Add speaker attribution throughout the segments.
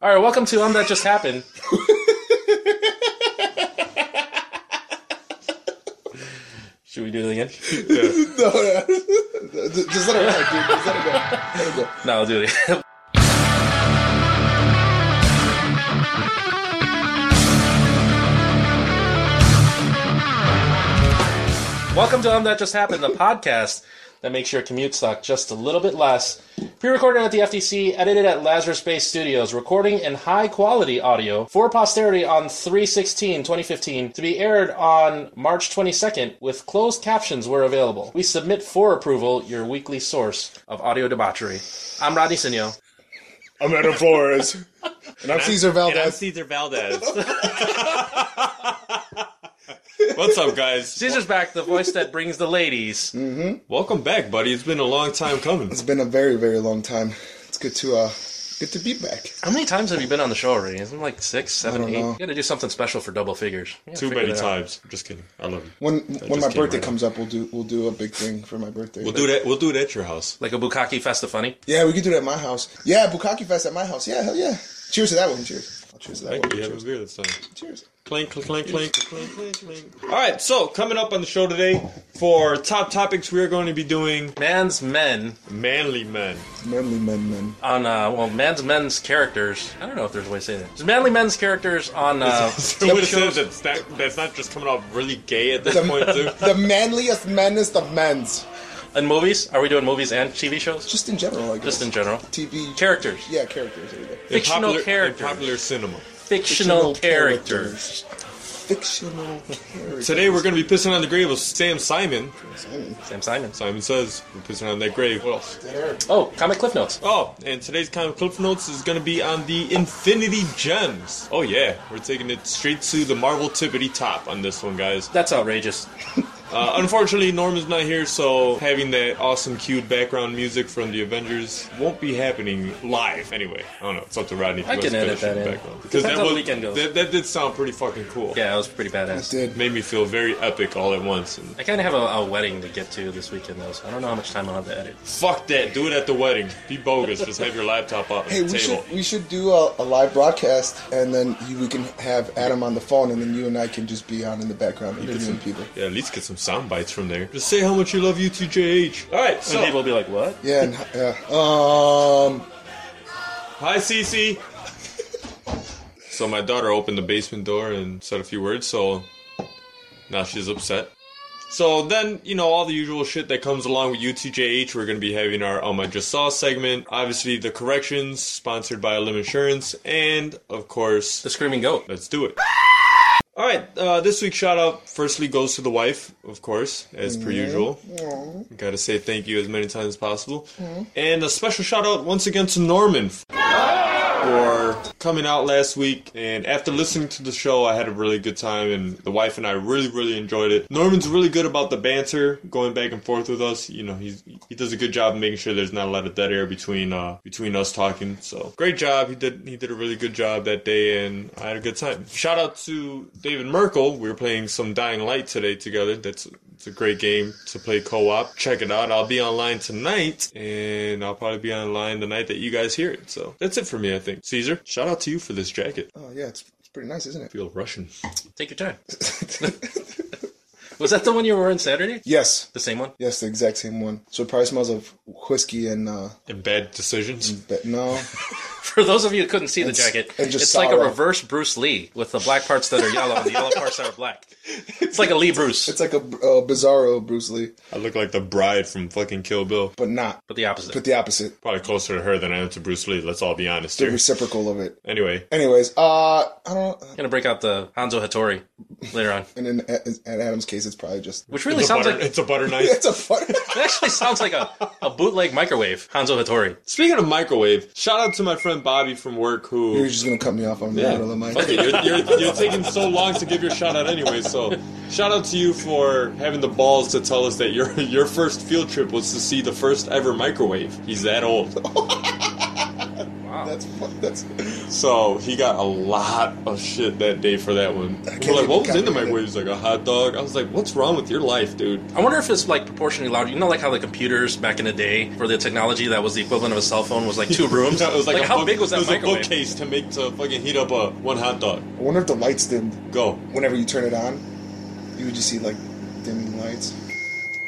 Speaker 1: All right, welcome to Um That Just Happened. Should we do it again?
Speaker 2: No, no. just just let it ride, dude. Just let it go. Let it go.
Speaker 1: No, I'll do it again. welcome to Um That Just Happened, the podcast that makes your commute suck just a little bit less. Pre-recorded at the FTC, edited at Lazarus Base Studios, recording in high-quality audio for posterity on 3-16-2015 to be aired on March 22nd with closed captions where available. We submit for approval your weekly source of audio debauchery. I'm Rodney Sinio.
Speaker 2: I'm Adam Flores. And I'm Cesar
Speaker 3: And I'm
Speaker 2: Valdez.
Speaker 3: Cesar Valdez. What's up, guys?
Speaker 1: Caesar's back, the voice that brings the ladies.
Speaker 3: Welcome back, buddy. It's been a long time coming.
Speaker 2: It's been a very, very long time. It's good to uh good to be back.
Speaker 1: How many times have you been on the show already? Isn't it like six, seven,
Speaker 2: don't
Speaker 1: eight?
Speaker 2: know.
Speaker 1: You gotta do something special for double figures. You gotta
Speaker 3: Too
Speaker 1: figure
Speaker 3: many
Speaker 1: that out.
Speaker 3: times. I'm just kidding. I love you.
Speaker 2: When when my
Speaker 3: just came
Speaker 2: birthday
Speaker 3: right
Speaker 2: comes up, we'll do we'll do a big thing for my birthday.
Speaker 3: We'll do that. We'll do it at your house.
Speaker 1: Like a Bukaki Festa Funny.
Speaker 2: Yeah, we can do that at my house. Yeah, Bukaki Fest at my house. Yeah, hell yeah. Cheers to that one. Cheers. I'll cheers to that one.
Speaker 3: Thank you. Have a
Speaker 2: Cheers.
Speaker 3: beer this time.
Speaker 2: Cheers.
Speaker 3: Clink, clink, clink, clink, clink, clink, clink. All right. So coming up on the show today for top topics, we are going to be doing
Speaker 1: Man's Men
Speaker 3: manly men.
Speaker 2: Manly men, men.
Speaker 1: on, uh, well, Man's Men's characters. I don't know if there's a way to say that. There's Manly Men's characters on, uh,
Speaker 3: So what it says that's not, that's not just coming off really gay at this point too.
Speaker 2: The manliest manest of men's.
Speaker 1: in movies. Are we doing movies and TV shows?
Speaker 2: Just in general, I guess.
Speaker 1: Just in general.
Speaker 2: TV
Speaker 1: Characters.
Speaker 2: Yeah, characters. There you go.
Speaker 3: In
Speaker 1: Fictional
Speaker 3: popular, in
Speaker 1: characters.
Speaker 3: popular cinema.
Speaker 1: Fictional, characters.
Speaker 2: Fictional characters.
Speaker 3: Today we're going to be pissing on the grave of Sam Simon.
Speaker 2: Simon.
Speaker 1: Sam Simons.
Speaker 3: Simon says we're pissing on that grave. What else?
Speaker 1: Oh, comic cliff notes.
Speaker 3: Oh, and today's comic cliff notes is going to be on the Infinity Gems. Oh yeah, we're taking it straight to the Marvel tippity top on this one, guys.
Speaker 1: That's outrageous.
Speaker 3: Uh, unfortunately, Norman's not here, so having that awesome cued background music from the Avengers won't be happening live. Anyway, I don't know. It's up to Rodney. if
Speaker 1: I
Speaker 3: he
Speaker 1: can
Speaker 3: wants to
Speaker 1: edit
Speaker 3: finish
Speaker 1: that
Speaker 3: the
Speaker 1: in.
Speaker 3: background.
Speaker 1: Depends
Speaker 3: that
Speaker 1: how the
Speaker 3: was-
Speaker 1: weekend goes.
Speaker 3: That, that did sound pretty fucking cool.
Speaker 1: Yeah, that was pretty badass.
Speaker 2: Did.
Speaker 3: Made me feel very epic all at once. And
Speaker 1: I kind of have a, a wedding to get to this weekend, though, so I don't know how much time I'll have to edit.
Speaker 3: Fuck that. Do it at the wedding. Be bogus. Just have your laptop up on
Speaker 2: Hey,
Speaker 3: the
Speaker 2: we
Speaker 3: table.
Speaker 2: should we should do a, a live broadcast, and then you, we can have Adam on the phone, and then you and I can just be on in the background interviewing people.
Speaker 3: Yeah, at least get some sound bites from there. Just say how much you love UTJH. All right,
Speaker 1: Some people
Speaker 3: so
Speaker 1: will be like, what?
Speaker 2: Yeah, and, yeah. Um,
Speaker 3: hi Cece. so my daughter opened the basement door and said a few words, so now she's upset. So then, you know, all the usual shit that comes along with UTJH, we're going to be having our Um I Just Saw segment. Obviously, the corrections, sponsored by Lim Insurance, and, of course,
Speaker 1: The Screaming Goat.
Speaker 3: Let's do it. All right, uh, this week's shout out firstly goes to the wife, of course, as per usual. Got to say thank you as many times as possible. And a special shout out once again to Norman f- for coming out last week. And after listening to the show, I had a really good time, and the wife and I really, really enjoyed it. Norman's really good about the banter, going back and forth with us. You know, he's, he does a good job of making sure there's not a lot of dead air between uh, between us talking. So great job. He did he did a really good job that day, and I had a good time. Shout out to David Merkel. We were playing some Dying Light today together. That's it's a great game to play co-op. Check it out. I'll be online tonight, and I'll probably be online the night that you guys hear it. So that's it for me, I think. Caesar, shout out to you for this jacket. I
Speaker 2: oh yeah, it's, it's pretty nice, isn't it?
Speaker 3: feel Russian.
Speaker 1: Take your time. was that the one you were wearing Saturday?
Speaker 2: Yes,
Speaker 1: The same one?
Speaker 2: yes, the exact same one. So it probably smells of whiskey and uh,
Speaker 3: And bad decisions.
Speaker 2: but no,
Speaker 1: For those of you who couldn't see the jacket,
Speaker 2: and just
Speaker 1: it's like a
Speaker 2: sorrow.
Speaker 1: reverse Bruce Lee with the black parts that are yellow and the yellow parts that are black. It's like a Lee Bruce,
Speaker 2: it's like a, a Bizarro Bruce Lee,
Speaker 3: I look like the bride from fucking Kill Bill.
Speaker 2: but not,
Speaker 1: but the opposite.
Speaker 2: but the opposite,
Speaker 3: Probably closer to her than I am to Bruce Lee. Let's all be honest
Speaker 2: the
Speaker 3: here.
Speaker 2: reciprocal of it.
Speaker 3: Anyway,
Speaker 2: Anyways, uh, I don't. know.
Speaker 1: I'm gonna break out the Hanzo Hattori later on,
Speaker 2: And in, in Adam's case, it's probably just
Speaker 1: which really
Speaker 3: it's a,
Speaker 1: sounds
Speaker 3: butter,
Speaker 1: like
Speaker 3: it's a butter knife.
Speaker 2: it's a fun.
Speaker 1: it actually sounds like a, a bootleg microwave Hanzo Hattori.
Speaker 3: Speaking of microwave, shout out to my friend Bobby from work who.
Speaker 2: You're just gonna cut me off on the middle of my.
Speaker 3: Fuck it, You're, you're, you're taking so long to give your shout out anyway, so shout out to you for having the balls to tell us that your your first field trip was to see the first ever microwave. He's that old.
Speaker 1: Wow,
Speaker 2: That's that's.
Speaker 3: So he got a lot of shit that day for that one. We're like,
Speaker 2: even
Speaker 3: what was in the
Speaker 2: comprehend it."
Speaker 3: microwave? He's like, a hot dog. I was like, what's wrong with your life, dude?
Speaker 1: I wonder if it's like proportionally larger. You know, like how the computers back in the day, for the technology that was the equivalent of a cell phone, was like two rooms.
Speaker 3: That was like, a
Speaker 1: how
Speaker 3: book-
Speaker 1: big was that
Speaker 3: it was a
Speaker 1: microwave?
Speaker 3: bookcase to make to fucking heat up a one hot dog.
Speaker 2: I wonder if the lights dimmed.
Speaker 3: Go.
Speaker 2: Whenever you turn it on, you would just see like dimming lights.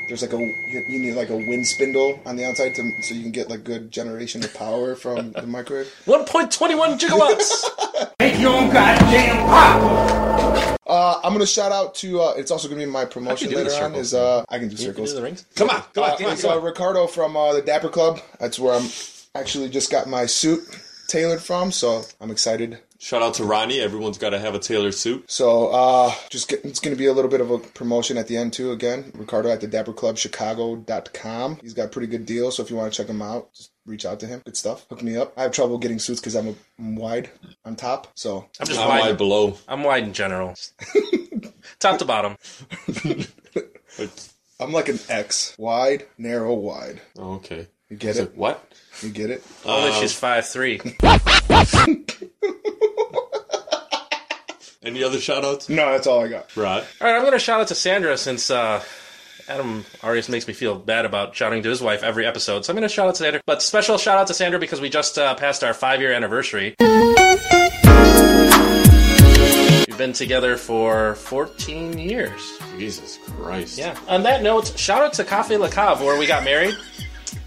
Speaker 2: There's like a you you need like a wind spindle on the outside to so you can get like good generation of power from the microwave.
Speaker 1: One point twenty-one gigawatts.
Speaker 4: Make your own goddamn pop.
Speaker 2: Uh, I'm gonna shout out to. Uh, it's also gonna be my promotion
Speaker 1: do the
Speaker 2: later on.
Speaker 1: circles.
Speaker 2: Is uh, I can do
Speaker 1: You can
Speaker 2: circles.
Speaker 1: do the rings. Come on, come
Speaker 2: Uh,
Speaker 1: on, come on,
Speaker 2: it's,
Speaker 1: come
Speaker 2: uh,
Speaker 1: on.
Speaker 2: Ricardo from uh, the Dapper Club. That's where I'm actually just got my suit tailored from, so I'm excited.
Speaker 3: Shout out to Ronnie. Everyone's got to have a Taylor suit.
Speaker 2: So uh, just get, it's going to be a little bit of a promotion at the end too. Again, Ricardo at the Dapper Club Chicago.com. He's got pretty good deals, so if you want to check him out, just reach out to him. Good stuff. Hook me up. I have trouble getting suits because I'm, a- I'm wide on top. So
Speaker 1: I'm just
Speaker 3: I'm wide
Speaker 1: wide.
Speaker 3: below.
Speaker 1: I'm wide in general, top to bottom.
Speaker 3: Like,
Speaker 2: I'm like an X, wide, narrow, wide.
Speaker 3: oh, okay.
Speaker 2: You get
Speaker 3: It's
Speaker 2: it?
Speaker 3: like, what?
Speaker 2: You get it?
Speaker 3: Uh,
Speaker 1: Only she's five three.
Speaker 3: Any other shout outs?
Speaker 2: No, that's all I got.
Speaker 3: Right.
Speaker 1: All right, I'm going to shout out to Sandra since uh, Adam Arias makes me feel bad about shouting to his wife every episode. So I'm going to shout out to Sandra. But special shout out to Sandra because we just uh, passed our five year anniversary. We've been together for 14 years.
Speaker 3: Jesus Christ.
Speaker 1: Yeah. On that note, shout out to Cafe La Cave where we got married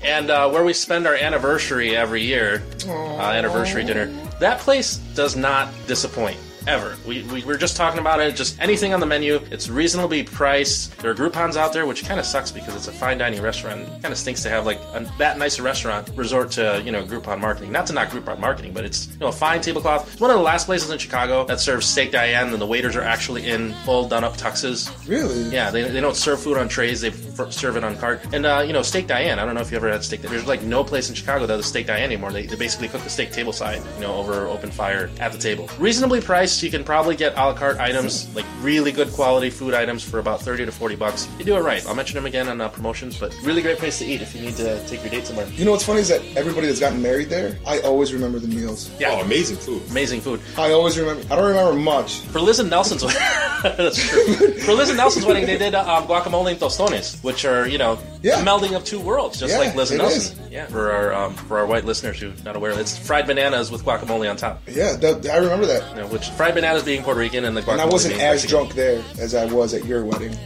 Speaker 1: and uh, where we spend our anniversary every year, uh, anniversary dinner. That place does not disappoint. Ever. We, we were just talking about it, just anything on the menu. It's reasonably priced. There are Groupons out there, which kind of sucks because it's a fine dining restaurant. Kind of stinks to have like a, that nice a restaurant resort to, you know, Groupon marketing. Not to not Groupon marketing, but it's, you know, a fine tablecloth. It's one of the last places in Chicago that serves steak Diane, and the waiters are actually in full done up tuxes.
Speaker 2: Really?
Speaker 1: Yeah, they, they don't serve food on trays. They f- serve it on cart. And uh, you know, steak Diane. I don't know if you ever had steak. There's like no place in Chicago that does steak Diane anymore. They, they basically cook the steak table side, you know, over open fire at the table. Reasonably priced. You can probably get a la carte items, like really good quality food items, for about thirty to forty bucks. You do it right. I'll mention them again on uh, promotions, but really great place to eat if you need to take your date somewhere.
Speaker 2: You know what's funny is that everybody that's gotten married there, I always remember the meals.
Speaker 1: Yeah.
Speaker 3: Oh, amazing food.
Speaker 1: Amazing food.
Speaker 2: I always remember. I don't remember much.
Speaker 1: For Liz and Nelson's wedding, that's true. For Liz and Nelson's wedding, they did uh, um, guacamole and tostones, which are you know
Speaker 2: Yeah.
Speaker 1: the melding of two worlds, just
Speaker 2: Yeah,
Speaker 1: like Liz and
Speaker 2: it
Speaker 1: Nelson. Yeah. For our um, for our white listeners who are not aware, it's fried bananas with guacamole on top.
Speaker 2: Yeah, that, I remember that.
Speaker 1: You know, which fried bananas being Puerto Rican and the guacamole.
Speaker 2: And I wasn't
Speaker 1: being
Speaker 2: as
Speaker 1: Mexican.
Speaker 2: drunk there as I was at your wedding.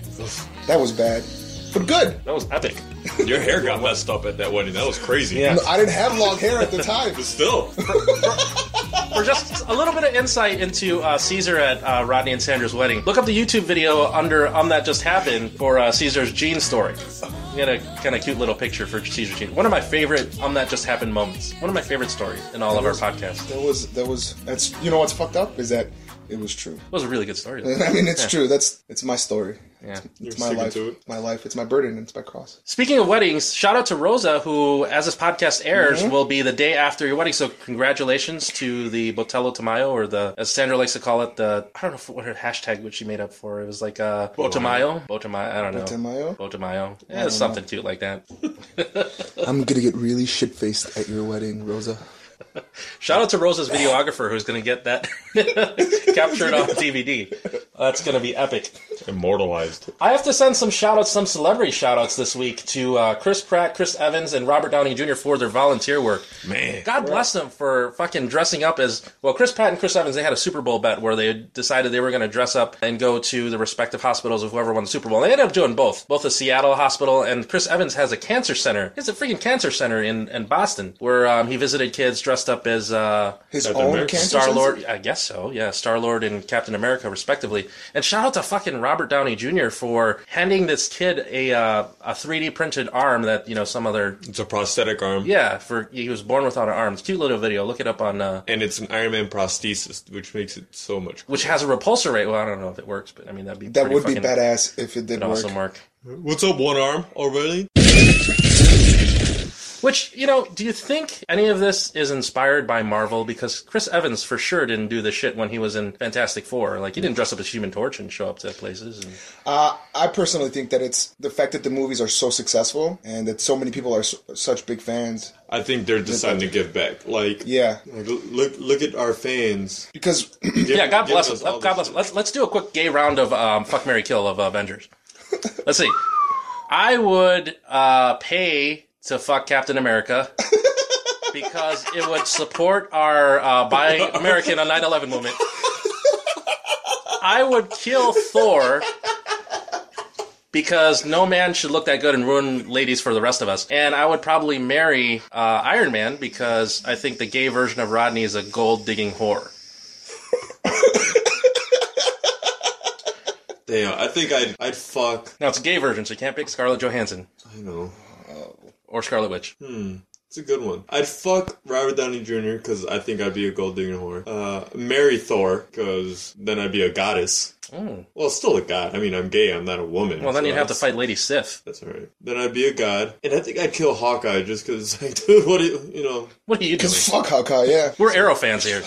Speaker 2: That was bad, but good.
Speaker 1: That was epic.
Speaker 3: Your hair got messed up at that wedding. That was crazy.
Speaker 1: Yeah.
Speaker 2: No, I didn't have long hair at the time.
Speaker 3: But still.
Speaker 1: For just a little bit of insight into uh, Caesar at uh, Rodney and Sandra's wedding, look up the YouTube video under "Um That Just Happened" for uh, Caesar's Jean story. We had a kind of cute little picture for Caesar Jean. One of my favorite "Um That Just Happened" moments. One of my favorite stories in all of our podcasts. It
Speaker 2: That was that was that's you know what's fucked up is that it was true.
Speaker 1: was a really good story. though.
Speaker 2: I mean, it's true. That's it's my story.
Speaker 1: Yeah.
Speaker 2: It's
Speaker 3: You're
Speaker 2: my
Speaker 3: sticking
Speaker 2: life.
Speaker 3: to it.
Speaker 2: My life. It's my burden. It's my cross.
Speaker 1: Speaking of weddings, shout out to Rosa, who, as this podcast airs, will be the day after your wedding. So, congratulations to the Botello Tamayo, or the, as Sandra likes to call it, the, I don't know what her hashtag, which she made up for. It was like, uh, Botamayo? Botamayo, I don't know.
Speaker 2: Tamayo?
Speaker 1: Botamayo. Yeah, something cute like that.
Speaker 2: I'm gonna get really shit faced at your wedding, Rosa.
Speaker 1: Shout out to Rosa's videographer, who's going to get that captured on DVD. That's going to be epic.
Speaker 3: Immortalized.
Speaker 1: I have to send some shout outs, some celebrity shout outs this week to uh, Chris Pratt, Chris Evans, and Robert Downey Jr. for their volunteer work.
Speaker 3: Man.
Speaker 1: God bless them for fucking dressing up as well. Chris Pratt and Chris Evans they had a Super Bowl bet where they decided they were going to dress up and go to the respective hospitals of whoever won the Super Bowl. And they ended up doing both, both the Seattle hospital and Chris Evans has a cancer center. He has a freaking cancer center in, in Boston where um, he visited kids dressed up as uh,
Speaker 2: His
Speaker 3: Captain
Speaker 2: own
Speaker 3: America.
Speaker 2: cancer.
Speaker 1: Star Lord,
Speaker 2: sensor?
Speaker 1: I guess so. Yeah, Star Lord and Captain America, respectively. And shout out to fucking Robert Downey Jr. for handing this kid a uh, a 3D printed arm that you know some other
Speaker 3: It's a prosthetic arm.
Speaker 1: yeah for he was born without an arm. It's a cute little video. Look it up on uh,
Speaker 3: And it's an Iron Man prosthesis, which makes it so much.
Speaker 1: which has a repulsor rate. Well, I don't know if it works, but I mean that'd be
Speaker 2: That
Speaker 1: pretty
Speaker 2: would be
Speaker 1: fucking-
Speaker 2: badass if it did
Speaker 1: It'd
Speaker 2: work.
Speaker 3: Oh,
Speaker 1: also work.
Speaker 3: What's up, one arm already?
Speaker 1: Which, you know, do you think any of this is inspired by Marvel? Because Chris Evans for sure didn't do this shit when he was in Fantastic Four. Like, he didn't dress up as Human Torch and show up to places. And...
Speaker 2: Uh, I personally think that it's the fact that the movies are so successful and that so many people are s such big fans.
Speaker 3: I think they're deciding to give back. Like,
Speaker 2: Yeah,
Speaker 3: like, look, look at our fans.
Speaker 2: because
Speaker 3: Give-
Speaker 1: Yeah, God
Speaker 3: give
Speaker 1: bless
Speaker 3: us
Speaker 1: us.
Speaker 3: all
Speaker 1: God bless us.
Speaker 3: this
Speaker 1: Let's, let's do a quick gay round of um, Fuck, Mary Kill of uh, Avengers. Let's see. I would uh, pay to fuck Captain America because it would support our uh, Buy American on 9 11 movement. I would kill Thor because no man should look that good and ruin ladies for the rest of us. And I would probably marry uh, Iron Man because I think the gay version of Rodney is a gold digging whore.
Speaker 3: Damn, I think I'd, I'd fuck.
Speaker 1: No, it's a gay version, so you can't pick Scarlett Johansson
Speaker 3: I know.
Speaker 1: or Scarlet Witch.
Speaker 2: Hmm.
Speaker 3: It's a good one. I'd fuck Robert Downey Jr. because I think I'd be a gold digging whore. Uh, marry Thor because then I'd be a goddess. Well, still a god. I mean, I'm gay. I'm not a woman.
Speaker 1: Mm. Well, then
Speaker 3: so
Speaker 1: you'd have to
Speaker 3: that's-
Speaker 1: fight Lady Sif.
Speaker 3: That's alright. Then I'd be a god, and I think I'd kill Hawkeye just because, like, dude, what do you, you know?
Speaker 1: What are you doing?
Speaker 2: fuck Hawkeye. Yeah,
Speaker 1: We're Arrow fans here.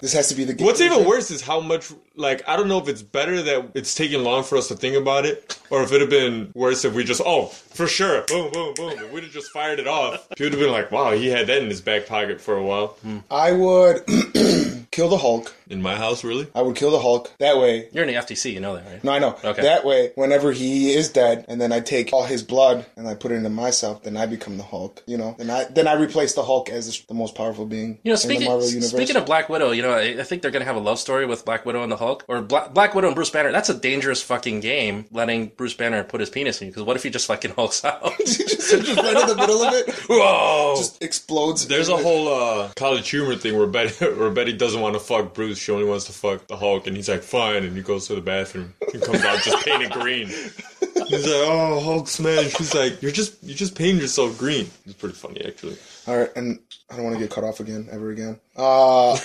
Speaker 2: this has to be the. game.
Speaker 3: What's even worse is how much, like, I don't know if it's better that it's taking long for us to think about it, or if it'd have been worse if we just, oh, for sure, boom, boom, boom, and we'd have just fired it off. He would have been like, wow, he had that in his back pocket for a while.
Speaker 2: I would kill the Hulk.
Speaker 3: Hmm. In my house, really?
Speaker 2: I would kill the Hulk. That way.
Speaker 1: You're in the FTC, you know that, right?
Speaker 2: No, I know.
Speaker 1: Okay.
Speaker 2: That way, whenever he is dead, and then I take all his blood and I put it into myself, then I become the Hulk. You know, and I then I replace the Hulk as the most powerful being
Speaker 1: You know,
Speaker 2: in the
Speaker 1: speaking
Speaker 2: Marvel universe.
Speaker 1: speaking of Black Widow, you know, I, I think they're going to have a love story with Black Widow and the Hulk, or Bla- Black Widow and Bruce Banner. That's a dangerous fucking game, letting Bruce Banner put his penis in you. Because what if he just fucking hulks out?
Speaker 2: just right in the middle of it,
Speaker 1: Whoa!
Speaker 2: just explodes.
Speaker 3: There's a whole uh, college humor thing where Betty, where Betty doesn't want to fuck Bruce. She only wants to fuck the Hulk, and he's like, "Fine," and he goes to the bathroom and comes out just painted green. He's like, "Oh, Hulk smash!" She's like, "You're just you just painted yourself green." It's pretty funny, actually.
Speaker 2: All right, and I don't want to get cut off again, ever again. Uh,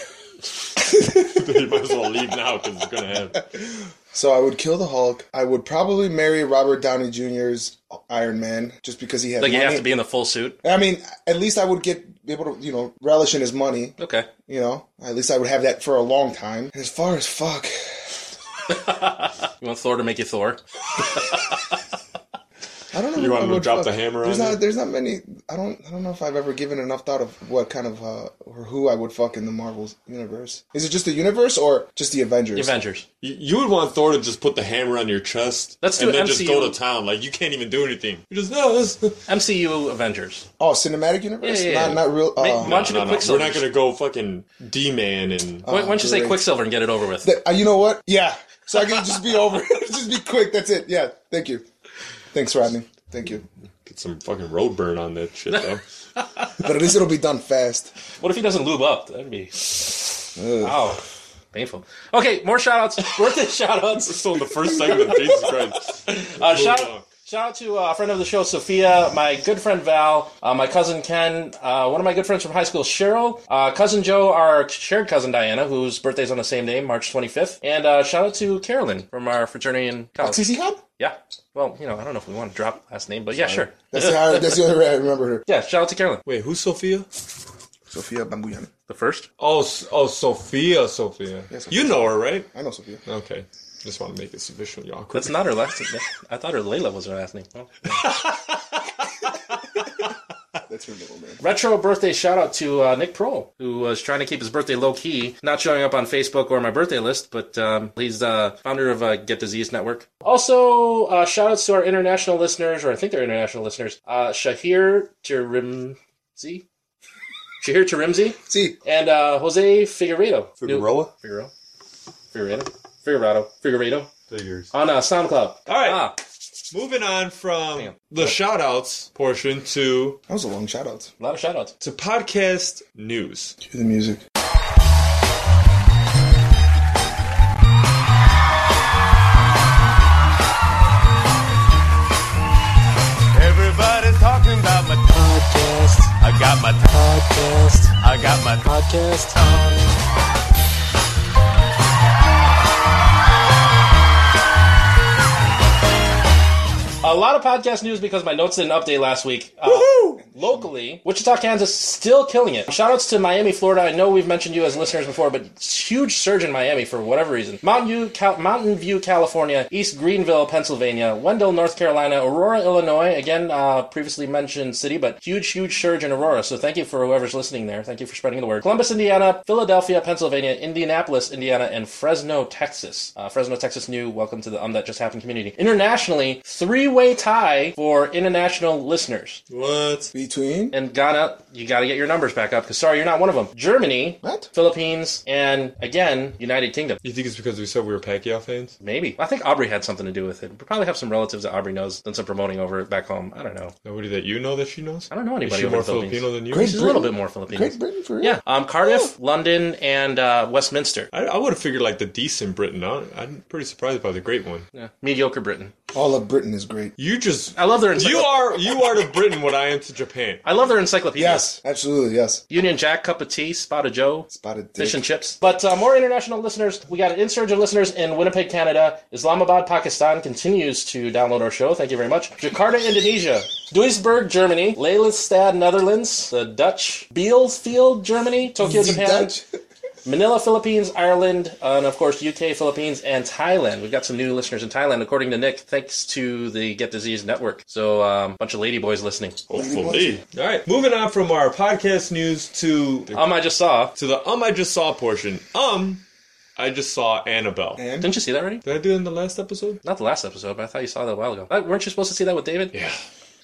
Speaker 3: you might as well leave now because it's gonna happen.
Speaker 2: so I would kill the Hulk. I would probably marry Robert Downey Jr.'s Iron Man, just because he had.
Speaker 1: like you
Speaker 2: money.
Speaker 1: have to be in the full suit.
Speaker 2: I mean, at least I would get be able to, you know, relish in his money.
Speaker 1: Okay.
Speaker 2: You know, at least I would have that for a long time. As far as fuck,
Speaker 1: You want Thor to make you Thor?
Speaker 2: I don't know.
Speaker 3: You
Speaker 2: if
Speaker 3: want
Speaker 2: I
Speaker 3: him to
Speaker 2: would
Speaker 3: drop
Speaker 2: fuck.
Speaker 3: the hammer
Speaker 2: There's
Speaker 3: on
Speaker 2: not.
Speaker 3: it?
Speaker 2: There's not many. I don't. I don't know if I've ever given enough thought of what kind of uh, or who I would fuck in the Marvel universe. Is it just the universe or just the Avengers?
Speaker 1: Avengers.
Speaker 3: You, you would want Thor to just put the hammer on your chest
Speaker 1: Let's do
Speaker 3: and then just
Speaker 1: MCU.
Speaker 3: go to town. Like you can't even do anything. You just no. This,
Speaker 1: MCU Avengers.
Speaker 2: oh, cinematic universe.
Speaker 1: Yeah, yeah,
Speaker 2: Not
Speaker 1: yeah.
Speaker 2: not real.
Speaker 1: Make
Speaker 2: Uh,
Speaker 1: money.
Speaker 3: no, no, we're
Speaker 1: Quicksilver.
Speaker 3: not gonna go fucking D man and
Speaker 1: Why, why don't you say
Speaker 2: Oh, great.
Speaker 1: Quicksilver and get it over with?
Speaker 2: that- uh, you know what? Yeah. So I can just be over. just be quick. That's it. Yeah. Thank you. Thanks, Rodney. Thank you.
Speaker 3: get some fucking road burn on that shit though.
Speaker 2: But at least it'll be done fast.
Speaker 1: What if he doesn't lube up? That'd be. Wow. Painful. Okay, more shout outs. Birthday shout outs.
Speaker 3: Still in the first segment, Jesus Christ.
Speaker 1: Uh, shout, shout out to uh, a friend of the show, Sophia, my good friend Val, uh, my cousin Ken, uh, one of my good friends from high school, Cheryl, uh, cousin Joe, our shared cousin Diana, whose birthday's on the same day, March 25th. And uh, shout out to Carolyn from our fraternity in college.
Speaker 2: TC Hop?
Speaker 1: Yeah. Well, you know, I don't know if we want to drop last name, but yeah, sure.
Speaker 2: That's, how, that's the only way I remember her.
Speaker 1: Yeah, shout out to Carolyn.
Speaker 3: Wait, who's Sophia?
Speaker 2: Sophia Bambuyani.
Speaker 1: The first?
Speaker 3: Oh, S- oh, Sophia, Sophia. you know her, right?
Speaker 2: I know Sophia.
Speaker 3: Okay. Just want to make it sufficiently awkward.
Speaker 1: That's not her last name. I thought her Layla was her last name. Oh.
Speaker 2: That's her middle name.
Speaker 1: Retro birthday shout out to uh, Nick Prohl, who was trying to keep his birthday low key, not showing up on Facebook or my birthday list, but um, he's the uh, founder of uh, Get Disease Network. Also, uh, shout outs to our international listeners, or I think they're international listeners uh, Shahir Tirimzi. Shahir Tirimzi
Speaker 2: See,
Speaker 1: and uh, Jose Figueredo.
Speaker 3: Figueroa?
Speaker 1: Figueroa. Figueredo. Figueredo. Figueredo.
Speaker 3: Figures.
Speaker 1: On uh, SoundCloud.
Speaker 3: All right.
Speaker 1: Ah,
Speaker 3: Moving on from the shout outs portion to,
Speaker 2: that was a long shout out.
Speaker 1: a lot of shout outs.
Speaker 3: to podcast news.
Speaker 2: Cue the music.
Speaker 5: Everybody's talking about my podcast. I got my podcast. I got my podcast.
Speaker 1: A lot of podcast news because my notes didn't update last week. Uh, Locally, Wichita, Kansas, still killing it. Shoutouts to Miami, Florida. I know we've mentioned you as listeners before, but huge surge in Miami for whatever reason. Mountain View, Cal- Mountain View, California, East Greenville, Pennsylvania, Wendell, North Carolina, Aurora, Illinois. Again, uh, previously mentioned city, but huge, huge surge in Aurora. So thank you for whoever's listening there. Thank you for spreading the word. Columbus, Indiana, Philadelphia, Pennsylvania, Indianapolis, Indiana, and Fresno, Texas. Uh, Fresno, Texas, new. Welcome to the Um That Just Happened community. Internationally, three-way tie for international listeners.
Speaker 3: What?
Speaker 2: Between
Speaker 1: And Ghana, you got to get your numbers back up because sorry, you're not one of them. Germany,
Speaker 2: What?
Speaker 1: Philippines, and again, United Kingdom.
Speaker 3: You think it's because we said we were Pacquiao fans?
Speaker 1: Maybe I think Aubrey had something to do with it. We probably have some relatives that Aubrey knows, done some promoting over back home. I don't know.
Speaker 3: Nobody that you know that she knows?
Speaker 1: I don't know
Speaker 3: Is
Speaker 1: anybody
Speaker 3: she
Speaker 1: over
Speaker 3: more
Speaker 1: in the Philippines.
Speaker 3: Filipino than you?
Speaker 2: Great.
Speaker 1: She's a little bit more Filipino.
Speaker 2: Great Britain for real?
Speaker 1: Yeah, um, Cardiff, London, and uh, Westminster.
Speaker 3: I, I would have figured like the decent Britain. I, I'm pretty surprised by the great one.
Speaker 1: Yeah. Mediocre Britain.
Speaker 2: All of Britain is great.
Speaker 3: You just
Speaker 1: I love their encycl-
Speaker 3: you are you are to Britain what I am to Japan.
Speaker 1: I love their encyclopedias.
Speaker 2: Yes, absolutely. Yes.
Speaker 1: Union Jack, cup of tea, spotted Joe.
Speaker 2: Spotted dick.
Speaker 1: Fish and chips. But uh, more international listeners. We got an insurge of listeners in Winnipeg, Canada. Islamabad, Pakistan continues to download our show. Thank you very much. Jakarta, Indonesia. Duisburg, Germany. Lelystad, Netherlands. The Dutch. Bielefeld, Germany. Tokyo,
Speaker 2: The
Speaker 1: Japan.
Speaker 2: Dutch.
Speaker 1: Manila, Philippines, Ireland, uh, and of course UK, Philippines, and Thailand. We've got some new listeners in Thailand, according to Nick, thanks to the Get Disease Network. So a um, bunch of lady boys listening.
Speaker 3: Hopefully. All right. Moving on from our podcast news to the,
Speaker 1: Um, I just saw.
Speaker 3: to the um I just saw portion. Um, I just saw Annabelle.
Speaker 2: And
Speaker 1: Didn't you see that already?
Speaker 3: Did I do that in the last episode?
Speaker 1: Not the last episode, but I thought you saw that a while ago. Uh, weren't you supposed to see that with David?
Speaker 3: Yeah.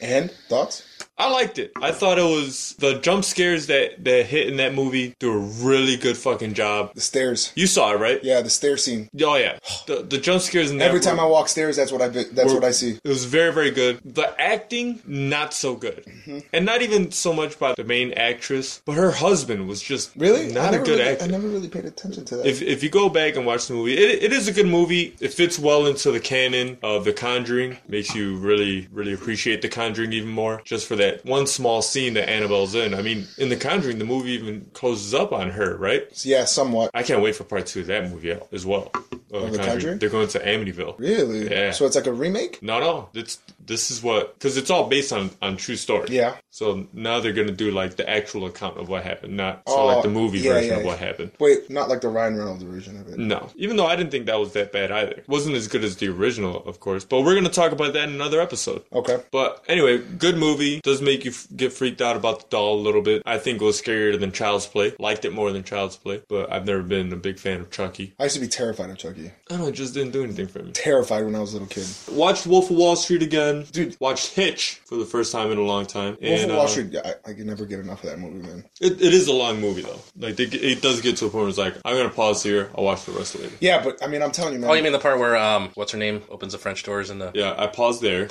Speaker 2: and thoughts?
Speaker 3: I liked it. I thought it was the jump scares that that hit in that movie do a really good fucking job.
Speaker 2: The stairs.
Speaker 3: You saw it, right?
Speaker 2: Yeah, the stair scene.
Speaker 3: Oh yeah. The the jump scares in that
Speaker 2: Every
Speaker 3: were-
Speaker 2: time I walk stairs, that's what I be- that's what I see.
Speaker 3: It was very, very good. The acting, not so good.
Speaker 2: Mm-hmm.
Speaker 3: And not even so much by the main actress, but her husband was just
Speaker 2: Really? I
Speaker 3: not a
Speaker 2: never
Speaker 3: good
Speaker 2: really,
Speaker 3: actor.
Speaker 2: I never really paid attention to that.
Speaker 3: If, if you go back and watch the movie, it, it is a good movie. It fits well into the canon of The Conjuring. Makes you really, really appreciate The Conjuring even more just for that one small scene that Annabelle's in. I mean, in The Conjuring, the movie even closes up on her, right?
Speaker 2: yeah, somewhat.
Speaker 3: I can't wait for part two of that movie as well. Of the
Speaker 2: The Conjuring?
Speaker 3: They're going to Amityville.
Speaker 2: Really?
Speaker 3: Yeah.
Speaker 2: So it's like a remake?
Speaker 3: No, no. It's this is what because it's all based on on true story.
Speaker 2: Yeah.
Speaker 3: So now they're gonna do like the actual account of what happened, not so
Speaker 2: Oh,
Speaker 3: like the movie
Speaker 2: yeah,
Speaker 3: version
Speaker 2: yeah,
Speaker 3: of what
Speaker 2: yeah.
Speaker 3: happened.
Speaker 2: Wait, not like the Ryan Reynolds version of it.
Speaker 3: No, even though I didn't think that was that bad either. It wasn't as good as the original, of course. But we're gonna talk about that in another episode.
Speaker 2: Okay.
Speaker 3: But anyway, good movie. Does make you f- get freaked out about the doll a little bit. I think it was scarier than Child's Play. Liked it more than Child's Play, but I've never been a big fan of Chucky.
Speaker 2: I used to be terrified of Chucky.
Speaker 3: I don't know, it just didn't do anything for me.
Speaker 2: Terrified when I was a little kid.
Speaker 3: Watched Wolf of Wall Street again. Dude, watched Hitch for the first time in a long time.
Speaker 2: Wolf
Speaker 3: And,
Speaker 2: of Wall
Speaker 3: uh,
Speaker 2: Street, I, I can never get enough of that movie, man.
Speaker 3: It, it is a long movie though. Like it, it does get to a point where it's like I'm gonna pause here. I'll watch the rest later.
Speaker 2: Yeah, but I mean, I'm telling you, man.
Speaker 1: Oh, you mean the part where um, what's her name opens the French doors in the
Speaker 3: Yeah, I pause there.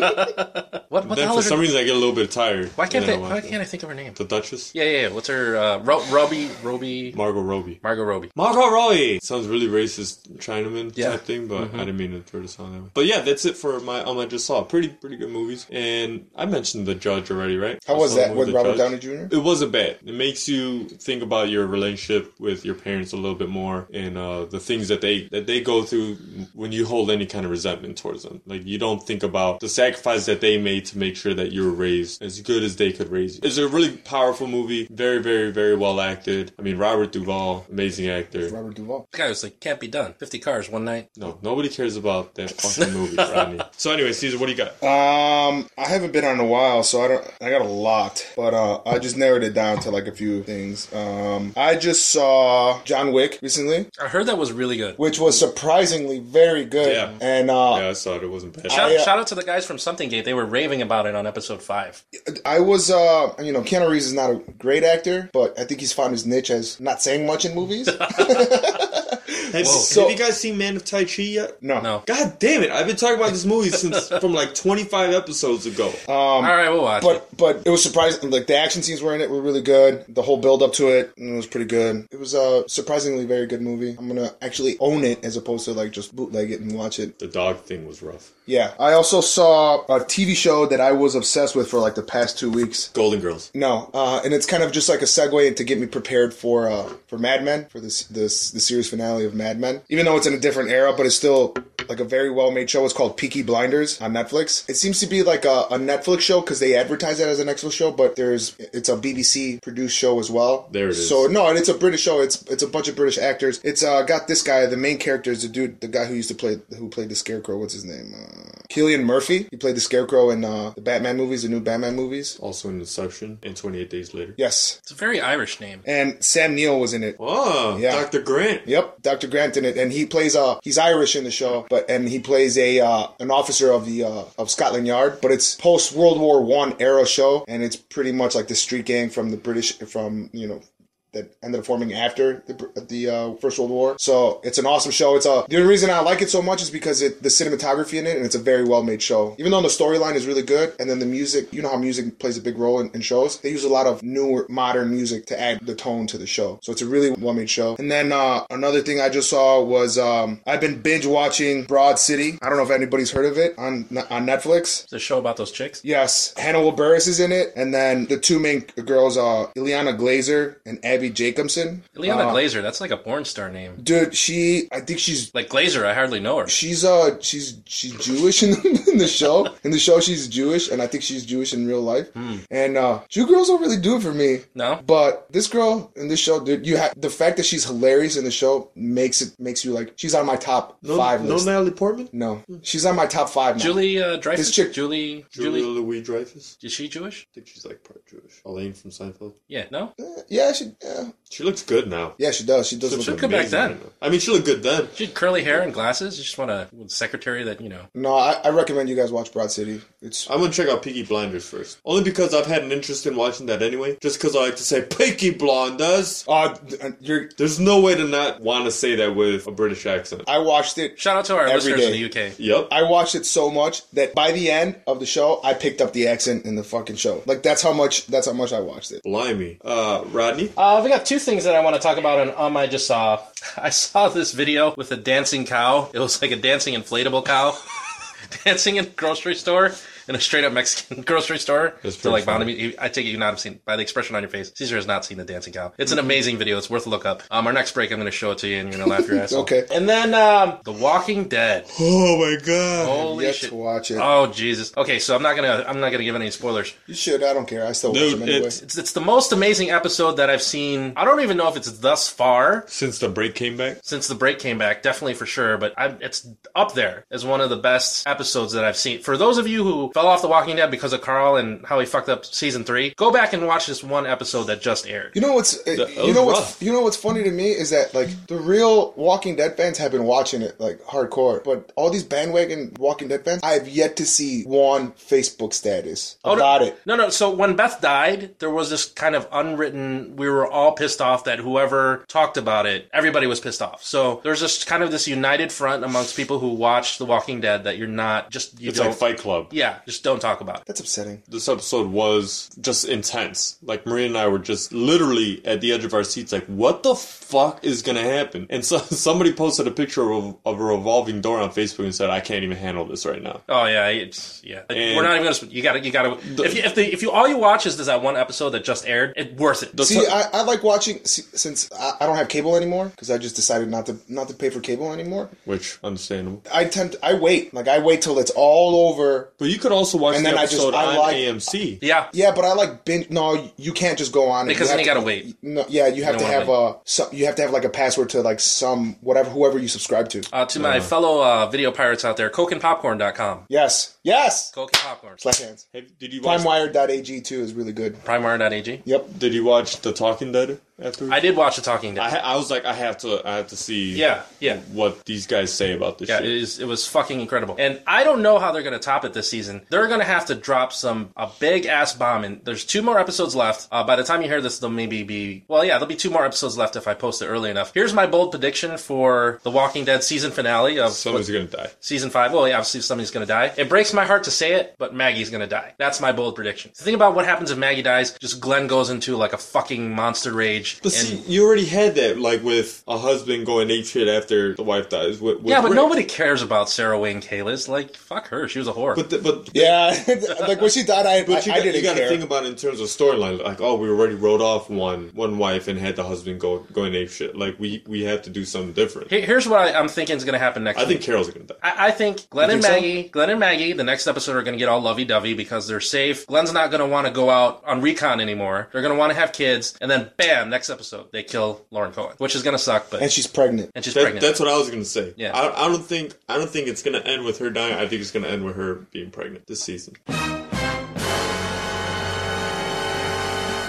Speaker 1: what? What the
Speaker 3: then
Speaker 1: hell
Speaker 3: for
Speaker 1: is
Speaker 3: some
Speaker 1: her?
Speaker 3: reason I get a little bit tired.
Speaker 1: Why can't
Speaker 3: and
Speaker 1: they?
Speaker 3: then I
Speaker 1: Why
Speaker 3: watch
Speaker 1: can't
Speaker 3: it.
Speaker 1: I think of her name?
Speaker 3: The Duchess,
Speaker 1: Yeah, yeah, yeah. What's her? Uh, Ro- Robbie, Robbie,
Speaker 3: Margot Robbie,
Speaker 1: Margot Robbie.
Speaker 3: Margot Robbie sounds really racist Chinaman
Speaker 1: Yeah. Mm-hmm.
Speaker 3: type thing, but I didn't mean to throw this on that. Way. But yeah, that's it for my um. I just saw pretty pretty good movies, and I mentioned The Judge already, right?
Speaker 2: How
Speaker 3: I
Speaker 2: was
Speaker 3: saw the
Speaker 2: that
Speaker 3: movie
Speaker 2: with
Speaker 3: The
Speaker 2: Robert
Speaker 3: Judge.
Speaker 2: Downey Jr.?
Speaker 3: It wasn't bad. It makes you think about your relationship with your parents a little bit more, and uh, the things that they that they go through when you hold any kind of resentment towards them. Like you don't think about the sacrifice that they made to make sure that you were raised as good as they could raise you. It's a really powerful movie. Very, very, very well acted. I mean, Robert Duvall, amazing actor.
Speaker 2: Robert Duvall.
Speaker 1: The guy was like, can't be done. Fifty cars one night.
Speaker 3: No, nobody cares about that fucking movie, Rodney. So anyway, Caesar, what do you got?
Speaker 2: Um, I haven't been on in a while, so I don't. I got a lot, but uh, I just narrowed it down to like a few things. Um, I just saw John Wick recently,
Speaker 1: I heard that was really good.
Speaker 2: which was surprisingly very good.
Speaker 3: Yeah.
Speaker 2: And uh,
Speaker 3: Yeah, I saw it. It wasn't bad.
Speaker 1: Shout,
Speaker 2: I, uh,
Speaker 1: shout out to the guys from Something Gate. They were raving about it on episode five.
Speaker 2: I was, uh, you know, Keanu Reeves is not a great actor, but I think he's found his niche as not saying much in movies.
Speaker 3: Have,
Speaker 2: So-
Speaker 3: have you guys seen Man of Tai Chi yet?
Speaker 2: no.
Speaker 1: No.
Speaker 3: God damn it! I've been talking about this movie since from like 25 episodes ago. Uh,
Speaker 1: All right, we'll watch it.
Speaker 2: But but it was surprising. Like the action scenes were in it were really good. The whole build up to it mm, was pretty good. It was a surprisingly very good movie. I'm gonna actually own it as opposed to like just bootleg it and watch it.
Speaker 3: the dog thing was rough.
Speaker 2: Yeah. I also saw a TV show that I was obsessed with for like the past two weeks.
Speaker 3: Golden Girls.
Speaker 2: No, uh, and it's kind of just like a segue to get me prepared for uh, for Mad Men for this this the series finale of Mad Men. Even though it's in a different era, but it's still like a very well made show. It's called Peaky Blinders on Netflix. It seems to be like a, a Netflix show because they advertise it as a Netflix show, but there's it's a BBC produced show as well.
Speaker 3: There it is.
Speaker 2: So no, and it's a British show. It's it's a bunch of British actors. It's uh, got this guy. The main character is the dude, the guy who used to play who played the Scarecrow. What's his name? Uh, Killian Murphy. He played the Scarecrow in uh, the Batman movies, the new Batman movies.
Speaker 3: Also in Inception and 28 Days Later.
Speaker 2: Yes,
Speaker 1: It's a very Irish name.
Speaker 2: and Sam Neill was in it.
Speaker 3: Oh,
Speaker 2: Yeah.
Speaker 3: Dr. Grant.
Speaker 2: Yep, Dr. Grant in it, and he plays uh he's Irish in the show, but and he plays a uh, an officer of the uh, of Scotland Yard, but it's post World War One era show, and it's pretty much like the street gang from the British from you know. That ended up forming after the, Br- the uh, First World War, so it's an awesome show. It's a the only reason I like it so much is because it the cinematography in it, and it's a very well made show. Even though the storyline is really good, and then the music, you know how music plays a big role in, in shows. They use a lot of newer modern music to add the tone to the show, so it's a really well made show. And then uh, another thing I just saw was um, I've been binge watching Broad City. I don't know if anybody's heard of it on on Netflix.
Speaker 1: It's a show about those chicks.
Speaker 2: Yes, Hannibal Burris is in it, and then the two main girls are Ileana Glazer and Abby Jacobson. Uh,
Speaker 1: Ileana
Speaker 3: Uh-huh.
Speaker 1: Glazer, that's like a porn star name.
Speaker 2: Dude, she I think she's
Speaker 1: Like Glazer, I hardly know her.
Speaker 2: she's uh she's she's Jewish in the, in the show. In the show, she's Jewish, and I think she's Jewish in real life.
Speaker 1: Hmm.
Speaker 2: And uh Jew girls don't really do it for me.
Speaker 1: No?
Speaker 2: But this girl in this show, dude, you have the fact that she's hilarious in the show makes it makes you like she's on my top
Speaker 3: No,
Speaker 2: five
Speaker 3: no
Speaker 2: list.
Speaker 3: Natalie Portman?
Speaker 2: no, she's on my top five. Now.
Speaker 1: Julie uh, Dreyfus?
Speaker 2: This chick-
Speaker 1: Julie,
Speaker 3: Julia
Speaker 1: Julie.
Speaker 3: Louis Dreyfus?
Speaker 1: Is she Jewish?
Speaker 3: I think she's like part Jewish. Elaine from Seinfeld.
Speaker 1: Yeah, no?
Speaker 2: yeah, she yeah.
Speaker 3: She looks good now.
Speaker 2: yeah she does. She does.
Speaker 3: She
Speaker 2: look
Speaker 1: she'll
Speaker 3: looked
Speaker 1: come back
Speaker 3: amazing
Speaker 1: then.
Speaker 3: right now. I mean, she looked good then.
Speaker 1: She had curly hair and glasses. You just want a secretary that, you know.
Speaker 2: No, I, I recommend you guys watch Broad City. It's
Speaker 3: I'm gonna check out Peaky Blinders first. Only because I've had an interest in watching that anyway. Just because I like to say Peaky Blinders.
Speaker 2: uh, th- you're.
Speaker 3: There's no way to not want to say that with a British accent.
Speaker 2: I watched it.
Speaker 1: Shout out to our
Speaker 2: Every
Speaker 1: listeners
Speaker 2: day.
Speaker 1: in the UK.
Speaker 3: Yep.
Speaker 2: I watched it so much that by the end of the show, I picked up the accent in the fucking show. Like that's how much. That's how much I watched it.
Speaker 3: Blimey. Uh, Rodney?
Speaker 2: Oh
Speaker 1: Uh, we got two things that I want to talk about on um, I just saw. I saw this video with a dancing cow. It was like a dancing inflatable cow dancing in a grocery store. In a straight up Mexican grocery store,
Speaker 3: That's
Speaker 1: so like
Speaker 3: pretty funny.
Speaker 1: bound to be- I take it you've not have seen by the expression on your face. Caesar has not seen the dancing cow. It's an amazing video. It's worth a look up. Um, our next break, I'm going to show it to you, and you're going to laugh your ass. off.
Speaker 2: Okay.
Speaker 1: And then um, The Walking Dead.
Speaker 3: Oh my god.
Speaker 1: Holy
Speaker 2: Yet
Speaker 1: shit!
Speaker 2: to watch it.
Speaker 1: Oh Jesus. Okay, so I'm not gonna I'm not gonna give any spoilers.
Speaker 2: You should. I don't care. I still watch
Speaker 3: Dude,
Speaker 2: them anyway.
Speaker 3: it's-
Speaker 1: It's it's the most amazing episode that I've seen. I don't even know if it's thus far
Speaker 3: Since the break came back?
Speaker 1: since the break came back, definitely for sure. But I, it's up there as one of the best episodes that I've seen. For those of you who fell off The Walking Dead because of Carl and how he fucked up season three, go back and watch this one episode that just aired.
Speaker 2: You know what's uh,
Speaker 3: That
Speaker 2: you know
Speaker 3: was
Speaker 2: what's
Speaker 3: rough.
Speaker 2: you know what's funny to me is that like the real Walking Dead fans have been watching it like hardcore, but all these bandwagon Walking Dead fans, I have yet to see one Facebook status about
Speaker 1: no,
Speaker 2: it.
Speaker 1: No, no. So when Beth died, there was this kind of unwritten. We were all pissed off that whoever talked about it, everybody was pissed off. So there's this kind of this united front amongst people who watch The Walking Dead that you're not just you
Speaker 3: It's
Speaker 1: don't.
Speaker 3: like Fight Club.
Speaker 1: yeah, just don't talk about it.
Speaker 2: That's upsetting.
Speaker 3: This episode was just intense. Like, Maria and I were just literally at the edge of our seats, like, what the fuck is gonna happen? And so somebody posted a picture of, of a revolving door on Facebook and said, I can't even handle this right now.
Speaker 1: Oh yeah, it's yeah.
Speaker 3: And-
Speaker 1: We're not even gonna. sp- You gotta, you gotta. if you, if the if you all you watch is, is that one episode that just aired, it worth it.
Speaker 2: See, I, I like watching see, since I, I don't have cable anymore because I just decided not to not to pay for cable anymore.
Speaker 3: Which, understandable.
Speaker 2: I tend I wait like I wait till it's all over.
Speaker 3: But you could also watch
Speaker 2: And
Speaker 3: the
Speaker 2: then I just-
Speaker 3: episode
Speaker 2: I
Speaker 3: on
Speaker 2: like-
Speaker 3: AMC.
Speaker 1: yeah,
Speaker 2: Yeah, but I like binge. No, you can't just go on
Speaker 1: Because
Speaker 2: you
Speaker 1: then you
Speaker 2: have
Speaker 1: gotta
Speaker 2: to-
Speaker 1: wait.
Speaker 2: No, yeah, you have
Speaker 1: don't
Speaker 2: to
Speaker 1: wanna
Speaker 2: have uh, some, you have to have like a password to like some whatever whoever you subscribe to.
Speaker 1: Uh, to my fellow uh, video pirates out there, cokeandpopcorn.com.
Speaker 2: yes, yes.
Speaker 1: Coke and popcorn.
Speaker 2: Slap hands.
Speaker 3: Have- did you watch?
Speaker 2: PrimeWire.ag too is really good.
Speaker 1: Primewire.ag.
Speaker 2: Yep.
Speaker 3: Did you watch The Talking Dead after?
Speaker 1: I did watch The Talking Dead.
Speaker 3: I, ha- I was like, I have to, I have to see.
Speaker 1: Yeah, yeah.
Speaker 3: What these guys say about this
Speaker 1: Yeah, it,
Speaker 3: shit?
Speaker 1: is, it was fucking incredible. And I don't know how they're going to top it this season. They're going to have to drop some a big ass bomb. And there's two more episodes left. Uh, by the time you hear this, there'll maybe be well, yeah, there'll be two more episodes left if I post it early enough. Here's my bold prediction for the Walking Dead season finale of
Speaker 3: Somebody's gonna die.
Speaker 1: season five. Well, yeah, obviously somebody's going to die. It breaks my heart to say it, but Maggie's going to die. That's my bold prediction. Think about what happens if Maggie dies. Just Glenn goes into like a fucking monster rage age.
Speaker 3: But
Speaker 1: And-
Speaker 3: see, you already had that, like with a husband going ape shit after the wife dies. With, with
Speaker 1: yeah, but
Speaker 3: Rick.
Speaker 1: nobody cares about Sarah Wayne Callis. Like, fuck her. She was a whore.
Speaker 3: But the, but
Speaker 2: Yeah, like when she died, I,
Speaker 3: But you,
Speaker 2: I, I
Speaker 3: got,
Speaker 2: didn't
Speaker 3: you got
Speaker 2: care.
Speaker 3: to think about it in terms of storyline. Like, oh, we already wrote off one one wife and had the husband go going ape shit. Like, we we have to do something different.
Speaker 1: Here- Here's what I, I'm thinking is going to happen next.
Speaker 3: I think
Speaker 1: week.
Speaker 3: Carol's gonna die.
Speaker 1: I, I think Glenn and
Speaker 2: think so?
Speaker 1: Maggie, Glenn and Maggie, the next episode are going to get all lovey dovey because they're safe. Glenn's not going to want to go out on recon anymore. They're going to want to have kids, and then bam, next episode they kill Lauren Cohen, which is going to suck. But
Speaker 2: and she's pregnant.
Speaker 1: and she's
Speaker 3: That,
Speaker 1: pregnant.
Speaker 3: that's what I was gonna say.
Speaker 1: Yeah.
Speaker 3: I, I don't think I don't think it's gonna end with her dying. I think it's gonna end with her being pregnant this season.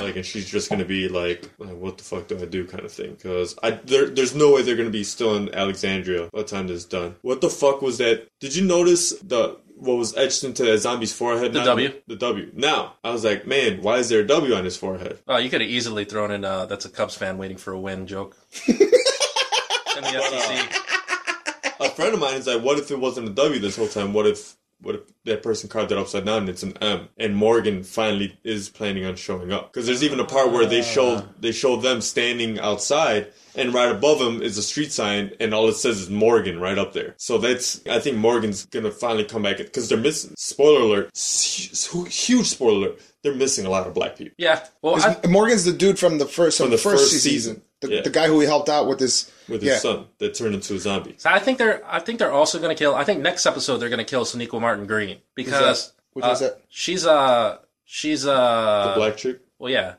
Speaker 3: Like, and she's just gonna be like, like, "What the fuck do I do?" kind of thing. Because I there, there's no way they're gonna be still in Alexandria by the time this is done. What the fuck was that? Did you notice the what was etched into that zombie's forehead?
Speaker 1: The
Speaker 3: Now-
Speaker 1: W.
Speaker 3: The W. Now I was like, man, why is there a W on his forehead?
Speaker 1: oh, you could have easily thrown in uh, "That's a Cubs fan waiting for a win" joke. and the FTC.
Speaker 3: a friend of mine is like, what if it wasn't a W this whole time? What if what if that person carved it upside down and it's an M? And Morgan finally is planning on showing up because there's even a part where they show they show them standing outside. And right above them is a street sign, and all it says is Morgan right up there. So that's, I think Morgan's gonna finally come back because they're missing. Spoiler alert, s- hu- huge spoiler alert. They're missing a lot of black people.
Speaker 1: Yeah. Well, I,
Speaker 2: Morgan's the dude from the first from,
Speaker 3: From
Speaker 2: the,
Speaker 3: the
Speaker 2: first,
Speaker 3: first
Speaker 2: season.
Speaker 3: season.
Speaker 2: The,
Speaker 3: Yeah.
Speaker 2: the guy who he helped out with his
Speaker 3: With
Speaker 2: yeah.
Speaker 3: his son that turned into a zombie.
Speaker 1: So I think they're I think they're also going to kill. I think next episode they're going to kill Sonequa Martin Green because
Speaker 2: Which
Speaker 1: uh,
Speaker 2: was that?
Speaker 1: she's uh she's uh
Speaker 3: The black chick.
Speaker 1: well yeah,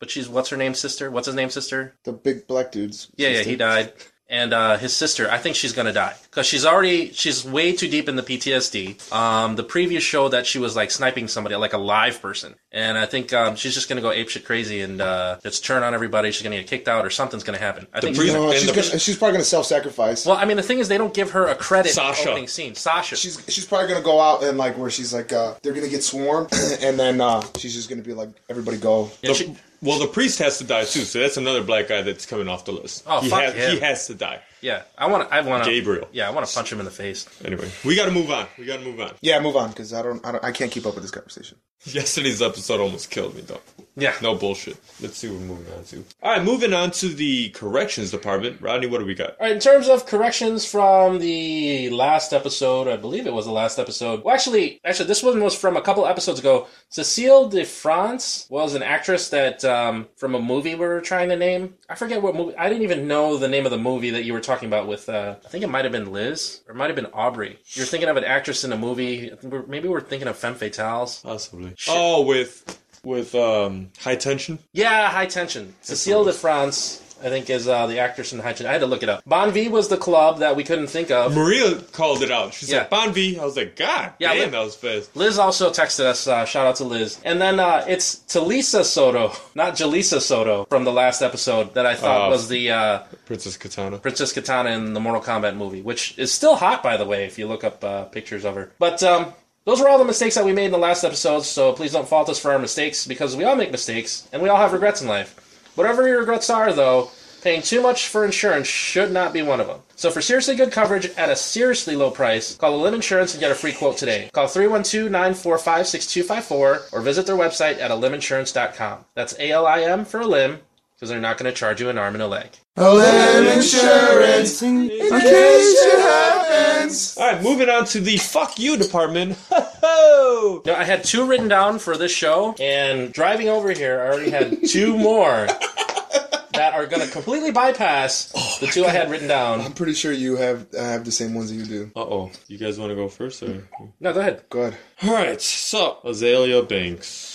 Speaker 1: but she's what's her name sister? What's his name sister?
Speaker 2: The big black dudes.
Speaker 1: Yeah, yeah, he died. And uh, his sister, I think she's gonna die because she's already she's way too deep in the PTSD. Um, the previous show that she was like sniping somebody, like a live person, and I think um, she's just gonna go apeshit crazy and uh, just turn on everybody. She's gonna get kicked out or something's gonna happen. I think. she's
Speaker 3: priest-
Speaker 1: gonna-
Speaker 2: No,
Speaker 3: And
Speaker 2: Uh, she's,
Speaker 3: the-
Speaker 2: gonna, she's probably gonna self-sacrifice.
Speaker 1: well, I mean, the thing is, they don't give her a credit
Speaker 3: Sasha.
Speaker 1: for opening scene. Sasha.
Speaker 2: she's she's probably gonna go out and like where she's like uh, they're gonna get swarmed, and then uh, she's just gonna be like everybody go.
Speaker 1: Yeah,
Speaker 3: The-
Speaker 1: she-
Speaker 3: well, the priest has to die too, so that's another black guy that's coming off the list.
Speaker 1: Oh,
Speaker 3: he
Speaker 1: fuck
Speaker 3: has,
Speaker 1: him.
Speaker 3: He has to die.
Speaker 1: Yeah, I want to. I want to.
Speaker 3: Gabriel.
Speaker 1: Yeah, I want to punch him in the face.
Speaker 3: Anyway, we got to move on. We got to move on.
Speaker 2: Yeah, move on because I don't, I don't I can't keep up with this conversation.
Speaker 3: Yesterday's episode almost killed me, though.
Speaker 1: Yeah.
Speaker 3: No bullshit. Let's see what we're moving on to. All right, moving on to the corrections department. Rodney, what do we got?
Speaker 1: All right. In terms of corrections from the last episode, I believe it was the last episode. Well, actually, actually, this one was from a couple episodes ago. Cecile de France was an actress that um, from a movie we were trying to name. I forget what movie. I didn't even know the name of the movie that you were talking about. With uh, I think it might have been Liz or it might have been Aubrey. You're thinking of an actress in a movie. I think we're- Maybe we're thinking of femme fatales.
Speaker 3: Possibly. Oh, with with um high tension.
Speaker 1: Yeah, High Tension. Cecile de France, I think, is uh, the actress in High Tension. I had to look it up. Bon V was the club that we couldn't think of.
Speaker 3: Maria called it out. She
Speaker 1: Yeah.
Speaker 3: said Bon V. I was like, God
Speaker 1: Yeah,
Speaker 3: damn,
Speaker 1: but-
Speaker 3: that was fast.
Speaker 1: Liz also texted us. Uh, shout out to Liz. And then uh, it's Talisa Soto, not Jalisa Soto, from the last episode that I thought
Speaker 3: Oh.
Speaker 1: was the uh,
Speaker 3: Princess Katana.
Speaker 1: Princess Katana in the Mortal Kombat movie, which is still hot, by the way, if you look up uh, pictures of her. But um, those were all the mistakes that we made in the last episode, so please don't fault us for our mistakes because we all make mistakes and we all have regrets in life. Whatever your regrets are, though, paying too much for insurance should not be one of them. So for seriously good coverage at a seriously low price, call Lim Insurance and get a free quote today. Call 312-945-6254 or visit their website at aliminsurance.com. That's A-L-I-M for a limb because they're not going to charge you an arm and a leg.
Speaker 3: All right, moving on to the fuck you department. Ho
Speaker 1: No, I had two written down for this show, and driving over here, I already had two more that are going to completely bypass the two I had written down.
Speaker 2: I'm pretty sure you have I have the same ones that you do.
Speaker 3: Uh oh. You guys want to go first or?
Speaker 1: No, go ahead.
Speaker 2: Go ahead.
Speaker 3: All right, so Azalea Banks.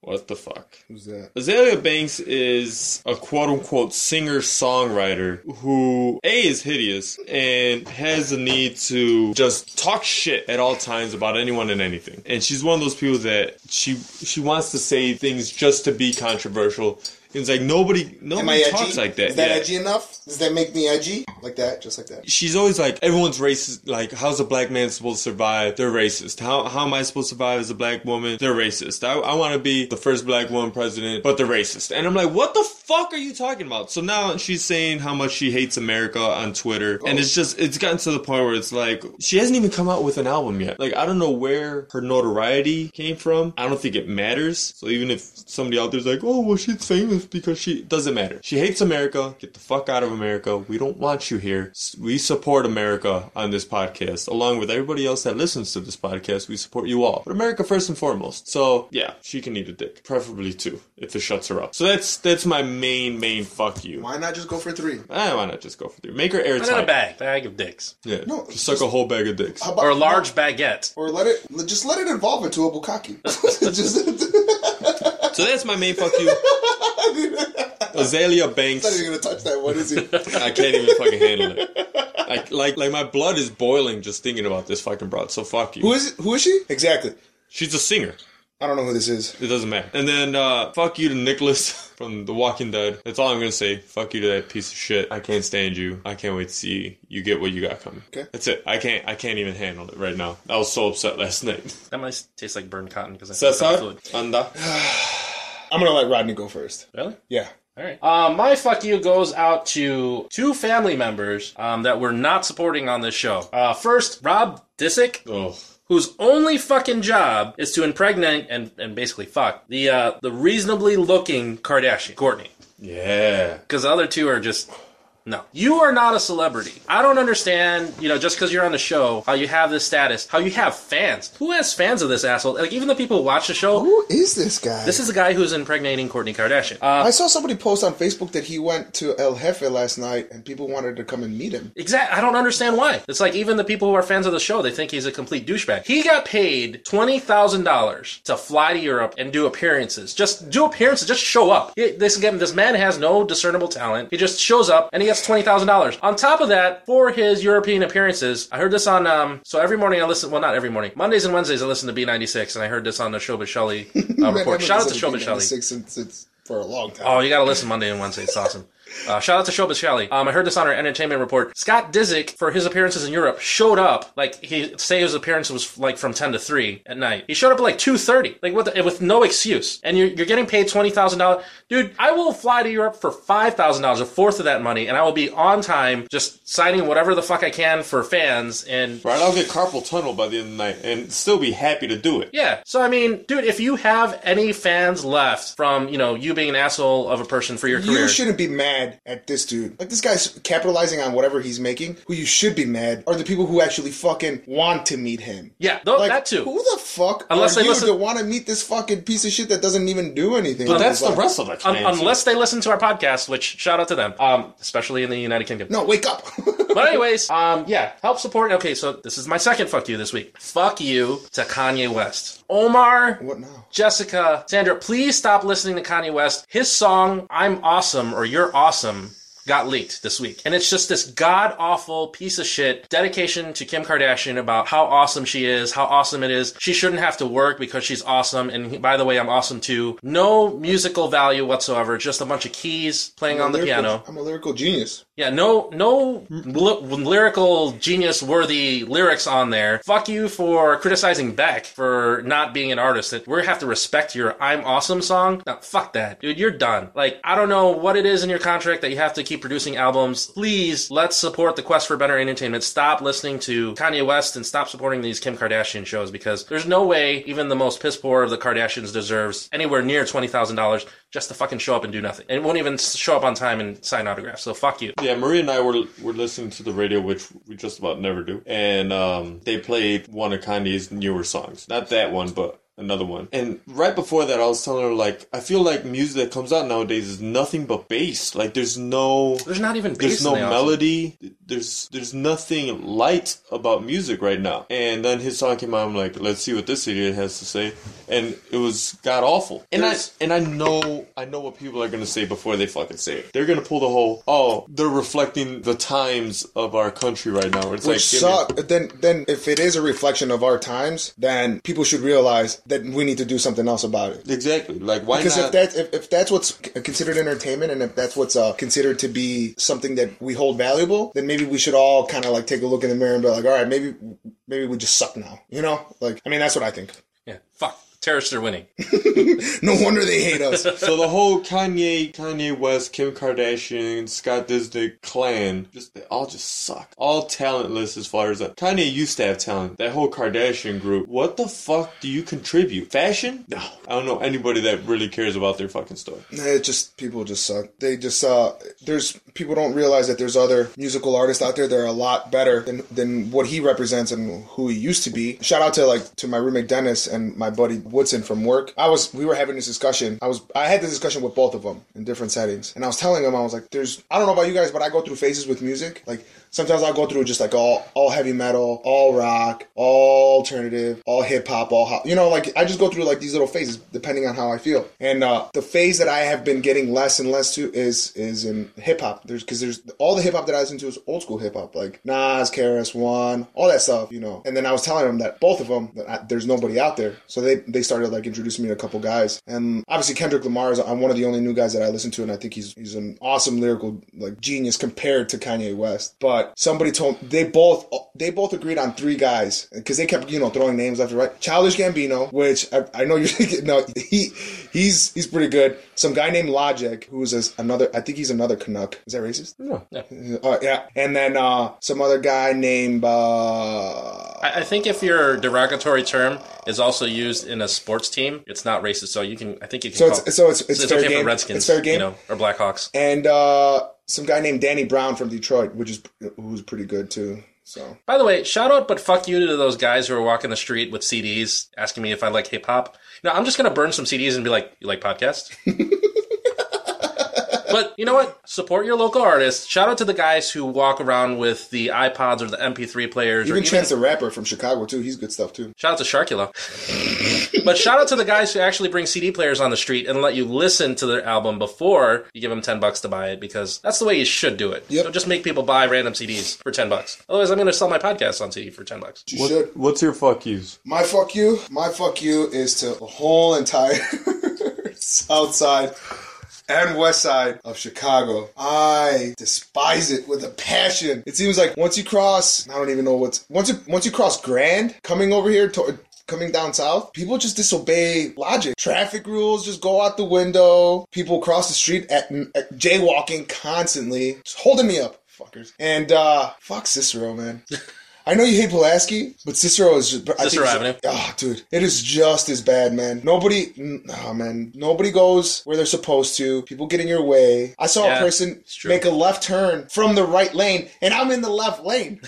Speaker 3: What the fuck?
Speaker 2: Who's that?
Speaker 3: Azalea Banks is a quote unquote singer songwriter who, A, is hideous and has the need to just talk shit at all times about anyone and anything. And she's one of those people that she she wants to say things just to be controversial. It's like nobody
Speaker 2: Am I
Speaker 3: nobody
Speaker 2: edgy?
Speaker 3: talks like that.
Speaker 2: Is that
Speaker 3: Yeah.
Speaker 2: edgy enough? Does that make me edgy? Like that, just like that.
Speaker 3: she's always like everyone's racist like how's a black man supposed to survive they're racist how, how am i supposed to survive as a black woman they're racist i, I want to be the first black woman president but they're racist and i'm like what the fuck are you talking about so now she's saying how much she hates america on twitter and it's just it's gotten to the point where it's like she hasn't even come out with an album yet like i don't know where her notoriety came from i don't think it matters so even if somebody out there's like oh well she's famous truth because she doesn't matter. She hates America. Get the fuck out of America. We don't want you here. S- We support America on this podcast, along with everybody else that listens to this podcast. We support you all, but America first and foremost. So yeah, she can eat a dick, preferably two, if it shuts her up. So that's that's my main main fuck you.
Speaker 2: Why not just go for three?
Speaker 3: Ah, why not just go for three? Make her
Speaker 1: Why not a
Speaker 3: airtight.
Speaker 1: bag? Bag of dicks.
Speaker 3: Yeah,
Speaker 2: No,
Speaker 3: just suck a whole bag of dicks.
Speaker 2: How about-
Speaker 1: Or a large baguette.
Speaker 2: Or let it let- just let it evolve into a bukkake. just
Speaker 3: So that's my main fuck you. Azalea Banks.
Speaker 2: not even gonna touch that one, is he?
Speaker 3: I can't even fucking handle it. Like, like, like my blood is boiling just thinking about this fucking broad. So fuck you.
Speaker 2: who is it? Who is she? Exactly.
Speaker 3: She's a singer.
Speaker 2: I don't know who this is.
Speaker 3: It doesn't matter. And then uh, fuck you to Nicholas from The Walking Dead. That's all I'm gonna say. Fuck you to that piece of shit. I can't stand you. I can't wait to see you get what you got coming.
Speaker 2: Okay.
Speaker 3: That's it. I can't. I can't even handle it right now. I was so upset last night.
Speaker 1: That might taste like burned cotton because I think it's
Speaker 3: Cesar,
Speaker 1: fluid.
Speaker 3: anda.
Speaker 2: I'm gonna let Rodney go first.
Speaker 1: Really?
Speaker 2: Yeah.
Speaker 1: All right. Um, my fuck you goes out to two family members um, that we're not supporting on this show. Uh, first, Rob Disick.
Speaker 3: Oh,
Speaker 1: whose only fucking job is to impregnate and, and basically fuck the uh, the reasonably looking Kardashian, Courtney.
Speaker 3: yeah.
Speaker 1: Because the other two are just no. You are not a celebrity. I don't understand, you know, just because you're on the show, how you have this status, how you have fans. Who has fans of this asshole? Like even the people who watch the show.
Speaker 2: Who is this guy?
Speaker 1: This is the guy who's impregnating Courtney Kardashian. Uh,
Speaker 2: I saw somebody post on Facebook that he went to El Jefe last night and people wanted to come and meet him.
Speaker 1: exact. I don't understand why. It's like even the people who are fans of the show, they think he's a complete douchebag. He got paid twenty thousand dollars to fly to Europe and do appearances. Just do appearances. Just show up. He- this again, this man has no discernible talent. He just shows up and he gets twenty thousand dollars. On top of that, for his European appearances, I heard this on. Um, so every morning I listen. Well, not every morning. Mondays and Wednesdays I listen to B96, and I heard this on the Showbiz Shelly uh, report. Shout out to Showbiz Shelly.
Speaker 2: Six since it's for a long time.
Speaker 1: Oh, you gotta listen Monday and Wednesday. It's awesome. Uh, shout out to Showbiz Shally. Um, I heard this on our entertainment report. Scott Disick, for his appearances in Europe, showed up like he say his appearance was like from ten to three at night. He showed up at like two thirty, like with with no excuse. And you're, you're getting paid twenty thousand dollars, dude. I will fly to Europe for five thousand dollars, a fourth of that money, and I will be on time, just signing whatever the fuck I can for fans. And
Speaker 3: Right, I'll get carpal tunnel by the end of the night and still be happy to do it.
Speaker 1: yeah. So I mean, dude, if you have any fans left from you know you being an asshole of a person for your career,
Speaker 2: You shouldn't be mad at this dude. Like this guy's capitalizing on whatever he's making. Who you should be mad are the people who actually fucking want to meet him.
Speaker 1: yeah, th-
Speaker 2: Like
Speaker 1: that too.
Speaker 2: Who the fuck
Speaker 1: Unless
Speaker 2: are
Speaker 1: they
Speaker 2: you
Speaker 1: listen-
Speaker 2: to want to meet this fucking piece of shit that doesn't even do anything?
Speaker 3: But that's the
Speaker 2: Like,
Speaker 3: rest of the
Speaker 1: Un-
Speaker 3: clan.
Speaker 1: unless they listen to our podcast, which shout out to them, um, especially in the United Kingdom.
Speaker 2: No, wake up.
Speaker 1: But anyways, um, yeah, help support. Okay, so this is my second fuck you this week. Fuck you to Kanye West, Omar.
Speaker 2: what now?
Speaker 1: Jessica, Sandra, please stop listening to Kanye West. His song, I'm Awesome or You're Awesome, got leaked this week. And it's just this god awful piece of shit dedication to Kim Kardashian about how awesome she is, how awesome it is. She shouldn't have to work because she's awesome. And he- by the way, I'm awesome too. No musical value whatsoever, just a bunch of keys playing on the
Speaker 2: Lyrical-
Speaker 1: piano.
Speaker 2: I'm a lyrical genius.
Speaker 1: Yeah, no, no ly- lyrical genius worthy lyrics on there. Fuck you for criticizing Beck for not being an artist. That we have to respect your "I'm Awesome" song. No, fuck that, dude. You're done. Like, I don't know what it is in your contract that you have to keep producing albums. Please, let's support the quest for better entertainment. Stop listening to Kanye West and stop supporting these Kim Kardashian shows because there's no way even the most piss poor of the Kardashians deserves anywhere near twenty thousand dollars just to fucking show up and do nothing and won't even show up on time and sign autographs. So fuck you.
Speaker 3: Yeah, Maria and I were were listening to the radio, which we just about never do, and um, they played one of Kanye's newer songs. Not that one, but another one. And right before that, I was telling her like, I feel like music that comes out nowadays is nothing but bass. Like, there's no
Speaker 1: There's not even bass
Speaker 3: there's no
Speaker 1: in the album.
Speaker 3: melody. There's there's nothing light about music right now. And then his song came out. I'm like, let's see what this idiot has to say. And it was god awful. And I
Speaker 1: There's-
Speaker 3: and I know I know what people are gonna say before they fucking say it. They're gonna pull the whole oh they're reflecting the times of our country right now. It's like
Speaker 2: Which
Speaker 3: give me-
Speaker 2: suck. Then, then if it is a reflection of our times, then people should realize that we need to do something else about it.
Speaker 3: exactly like why
Speaker 2: Because
Speaker 3: not?
Speaker 2: if that's if, if that's what's c- considered entertainment, and if that's what's uh, considered to be something that we hold valuable, then maybe we should all kind of like take a look in the mirror and be like, all right, maybe maybe we just suck now, you know? Like, I mean, that's what I think.
Speaker 1: Yeah, fuck. Terrorists are winning.
Speaker 2: No wonder they hate us.
Speaker 3: So the whole Kanye, Kanye West, Kim Kardashian, Scott Disick clan, just they all just suck. All talentless as far as that. Kanye used to have talent. That whole Kardashian group. What the fuck do you contribute? Fashion? No. I don't know anybody that really cares about their fucking stuff.
Speaker 2: Nah, It just people just suck. They just uh, there's people don't realize that there's other musical artists out there that are a lot better than than what he represents and who he used to be. Shout out to like to my roommate Dennis and my buddy Woodson from work. I was we were having this discussion. I was I had this discussion with both of them in different settings, and I was telling them I was like, there's I don't know about you guys, but I go through phases with music. Like sometimes I'll go through just like all all heavy metal, all rock, all alternative, all hip hop, all ho- you know, like I just go through like these little phases depending on how I feel. And uh, the phase that I have been getting less and less to is is in hip hop. There's because there's all the hip hop that I listen to is old school hip hop, like Nas, KRS One, all that stuff, you know. And then I was telling them that both of them, that I, there's nobody out there, so they they started like introducing me to a couple guys. And obviously Kendrick Lamar is I'm one of the only new guys that I listen to, and I think he's he's an awesome lyrical like genius compared to Kanye West. But somebody told they both they both agreed on three guys because they kept you know throwing names left and right. Childish Gambino, which I, I know you're thinking, no he he's he's pretty good. Some guy named Logic, who's is another I think he's another Canuck. Is that racist? No. Uh, yeah. And then uh, some other guy named uh,
Speaker 1: I, I think if your derogatory term is also used in a sports team, it's not racist. So you can, I think you can.
Speaker 2: So
Speaker 1: call,
Speaker 2: it's- so it's- it's fair
Speaker 1: Oh. okay
Speaker 2: game.
Speaker 1: for Redskins,
Speaker 2: It's fair game.
Speaker 1: you know, or Blackhawks.
Speaker 2: and uh, some guy named Danny Brown from Detroit, which is who's pretty good too. So
Speaker 1: By the way, shout out, but fuck you to those guys who are walking the street with CDs asking me if I like hip hop. Now I'm just gonna burn some CDs and be like, "You like podcasts?" but you know what? Support your local artists. Shout out to the guys who walk around with the iPods or the MP3 players, or
Speaker 2: even
Speaker 1: even
Speaker 2: Chance the Rapper from Chicago too, he's good stuff too.
Speaker 1: Shout out to Sharkula. but shout out to the guys who actually bring CD players on the street and let you listen to their album before you give them 10 bucks to buy it because that's the way you should do it.
Speaker 2: Yep.
Speaker 1: Don't just make people buy random CDs for 10 bucks. Otherwise, I'm going to sell my podcast on CD for 10 bucks.
Speaker 2: You should.
Speaker 3: What's your fuck use?
Speaker 2: My fuck you, my fuck you is to the whole entire south side and west side of Chicago. I despise it with a passion. It seems like once you cross, I don't even know what's once you once you cross Grand, coming over here to coming down south, people just disobey logic. Traffic rules just go out the window. People cross the street at, at jaywalking constantly, just holding me up, fuckers. And uh fuck Cicero, man. I know you hate Pulaski, but Cicero is just. I think
Speaker 1: Cicero
Speaker 2: it's-
Speaker 1: Avenue.
Speaker 2: Ah, dude, it is just as bad, man. Nobody, n- oh man, nobody goes where they're supposed to. People get in your way. I saw
Speaker 1: Yeah,
Speaker 2: a person
Speaker 1: it's true.
Speaker 2: make a left turn from the right lane, and I'm in the left lane.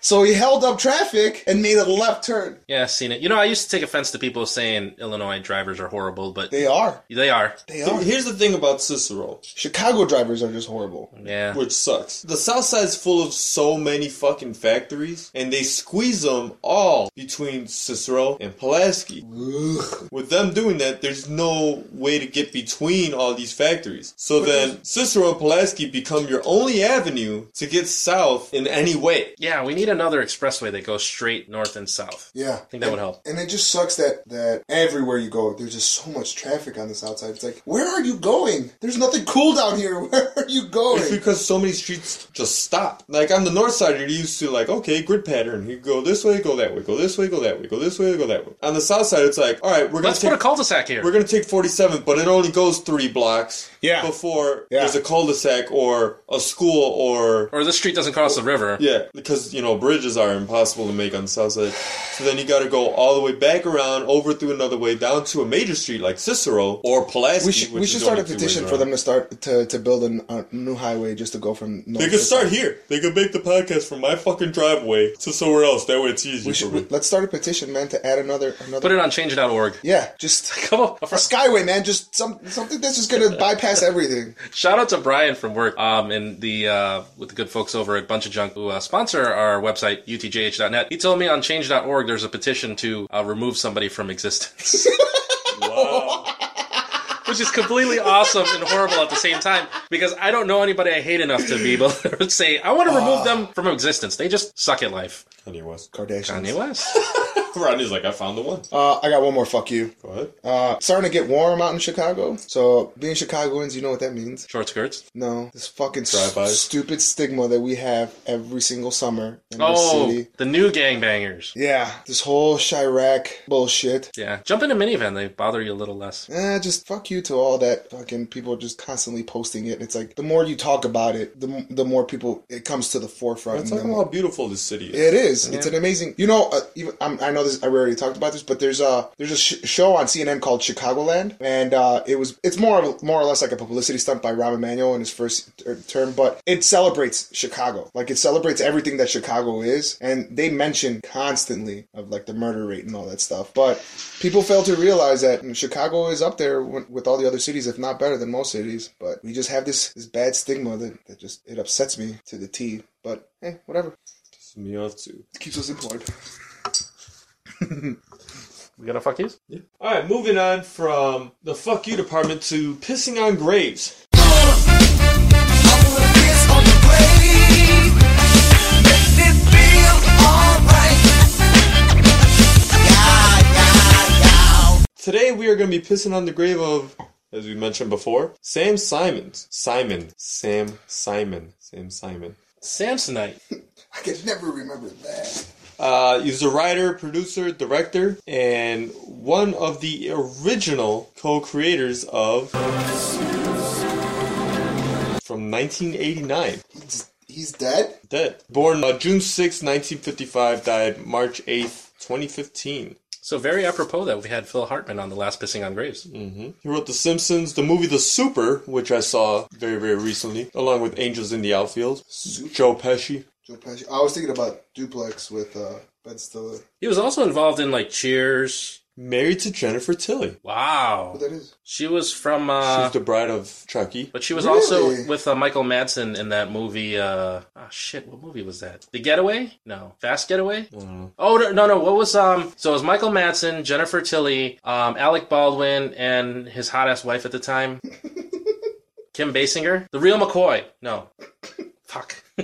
Speaker 2: so he held up traffic and made a left turn.
Speaker 1: Yeah, seen it. You know, I used to take offense to people saying Illinois drivers are horrible, but
Speaker 2: They are,
Speaker 1: they are.
Speaker 2: they are.
Speaker 3: Here's the thing about Cicero,
Speaker 2: Chicago drivers are just horrible.
Speaker 1: Yeah.
Speaker 3: which sucks. The South Side's full of so many fucking factories, and they squeeze them all between Cicero and Pulaski.
Speaker 2: Ugh.
Speaker 3: With them doing that, there's no way to get between all these factories. So then Cicero and Pulaski become your only avenue to get south in any way.
Speaker 1: Yeah, we need another expressway that goes straight north and south.
Speaker 2: Yeah,
Speaker 1: I think that would help.
Speaker 2: And it just sucks that that everywhere you go, there's just so much traffic on this outside. It's like, where are you going? There's nothing cool down here. Where are you
Speaker 3: It's
Speaker 2: going?
Speaker 3: because so many streets just stop. Like on the north side, you're used to like, okay, grid pattern. You go this way, go that way, go this way, go that way, go this way, go that way. On the south side, it's like, all right, we're gonna
Speaker 1: Let's put a
Speaker 3: take
Speaker 1: cul-de-sac here.
Speaker 3: we're gonna take 47, but it only goes three blocks.
Speaker 2: Yeah.
Speaker 3: Before
Speaker 2: Yeah.
Speaker 3: there's a cul-de-sac or a school or
Speaker 1: or this street doesn't cross the river.
Speaker 3: Yeah, because you know bridges are impossible to make on the south side. So then you got to go all the way back around, over through another way, down to a major street like Cicero or Pulaski.
Speaker 2: We should, we
Speaker 3: which
Speaker 2: should
Speaker 3: is
Speaker 2: start a
Speaker 3: only two ways
Speaker 2: petition for
Speaker 3: around.
Speaker 2: them to start to, to build a, a new highway just to go from. North to
Speaker 3: They could start
Speaker 2: south.
Speaker 3: here. They could make the podcast from my fucking driveway to somewhere else. That way it's easier
Speaker 2: We
Speaker 3: for
Speaker 2: should,
Speaker 3: me.
Speaker 2: we- let's start a petition, man, to add another another.
Speaker 1: Put it on change.org.
Speaker 2: yeah, just
Speaker 1: Come on.
Speaker 2: a skyway, man. Just some something that's just gonna bypass everything.
Speaker 1: Shout out to Brian from work um, and the uh, with the good folks over at Bunch of Junk who uh, sponsor our website utjh.net. He told me on Change.org there's a petition to uh, remove somebody from existence,
Speaker 3: Wow.
Speaker 1: which is completely awesome and horrible at the same time because I don't know anybody I hate enough to be able to say I want to remove them from existence. They just suck at life.
Speaker 3: Kanye West.
Speaker 2: Kardashians.
Speaker 1: Kanye West.
Speaker 3: Rodney's like, I found the one.
Speaker 2: Uh, I got one more. Fuck you.
Speaker 3: Go ahead.
Speaker 2: Uh, it's starting to get warm out in Chicago. So being Chicagoans, you know what that means.
Speaker 1: Short skirts.
Speaker 2: No, this fucking s-
Speaker 3: Drive-bys.
Speaker 2: stupid stigma that we have every single summer in
Speaker 1: Oh,
Speaker 2: this city.
Speaker 1: the new gangbangers.
Speaker 2: Yeah, this whole Chirac bullshit.
Speaker 1: Yeah, jump in a minivan. They bother you a little less.
Speaker 2: Eh, just fuck you to all that fucking people just constantly posting it. It's like the more you talk about it, the m- the more people it comes to the forefront.
Speaker 3: Let's
Speaker 2: and
Speaker 3: talk
Speaker 2: the
Speaker 3: about how beautiful this city is.
Speaker 2: It is. It's an amazing. You know, uh, even, I'm, I know this. I already talked about this, but there's a there's a sh- show on CNN called Chicagoland, and uh, it was it's more of, more or less like a publicity stunt by Rahm Emanuel in his first ter- term, but it celebrates Chicago. Like it celebrates everything that Chicago is, and they mention constantly of like the murder rate and all that stuff. But people fail to realize that mm, Chicago is up there w- with all the other cities, if not better than most cities. But we just have this this bad stigma that, that just it upsets me to the T. But hey, whatever
Speaker 3: Me off too.
Speaker 2: keeps us employed.
Speaker 1: We gonna fuck these?
Speaker 3: All right, moving on from the fuck you department to pissing on graves. Today we are going to be pissing on the grave of, as we mentioned before, Sam Simons. Simon. Sam Simon. Sam Simon.
Speaker 1: Samsonite.
Speaker 2: I can never remember that.
Speaker 3: Uh, he was a writer, producer, director, and one of the original co-creators of from 1989.
Speaker 2: He's, he's dead?
Speaker 3: Dead. Born uh, June 6, 1955, died March 8th, 2015.
Speaker 1: So very apropos that we had Phil Hartman on the last pissing on graves.
Speaker 3: He wrote The Simpsons, the movie The Super, which I saw very, very recently, along with Angels in the Outfield, Joe Pesci.
Speaker 2: Joe Pesci. I was thinking about Duplex with uh, Ben Stiller.
Speaker 1: He was also involved in like Cheers.
Speaker 3: Married to Jennifer Tilly.
Speaker 1: Wow,
Speaker 2: What that is?
Speaker 1: she was from.
Speaker 3: She's
Speaker 2: Ah.
Speaker 1: uh
Speaker 3: the bride of Chucky.
Speaker 1: But she was
Speaker 2: Really?
Speaker 1: also with uh, Michael Madsen in that movie. Uh, oh shit, what movie was that? The Getaway? No, Fast Getaway.
Speaker 2: Mm-hmm.
Speaker 1: Oh no, no, no. What was um? So it was Michael Madsen, Jennifer Tilly, um, Alec Baldwin, and his hot ass wife at the time, Kim Basinger, the real McCoy. No, fuck.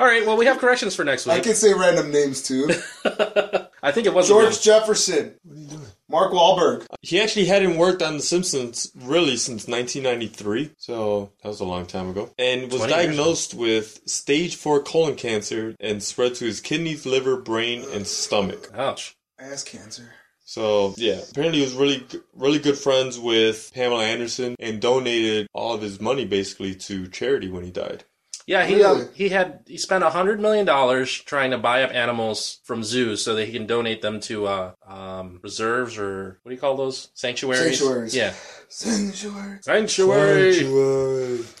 Speaker 1: All right, well we have corrections for next
Speaker 2: I
Speaker 1: week.
Speaker 2: can say random names too.
Speaker 1: I think it was
Speaker 2: George Jefferson. What are you doing? Mark Wahlberg.
Speaker 3: He actually hadn't worked on The Simpsons really since 1993, so that was a long time ago. And was
Speaker 1: 20 years
Speaker 3: diagnosed with stage 4 colon cancer and spread to his kidneys, liver, brain, and stomach.
Speaker 1: Ouch.
Speaker 2: Ass cancer.
Speaker 3: So yeah, apparently he was really, really good friends with Pamela Anderson and donated all of his money basically to charity when he died.
Speaker 1: Yeah, he uh,
Speaker 2: Really?
Speaker 1: he had he spent a hundred million dollars trying to buy up animals from zoos so that he can donate them to uh, um, reserves or what do you call those sanctuaries?
Speaker 2: Sanctuaries.
Speaker 1: Yeah,
Speaker 2: Sanctuary.
Speaker 1: sanctuary.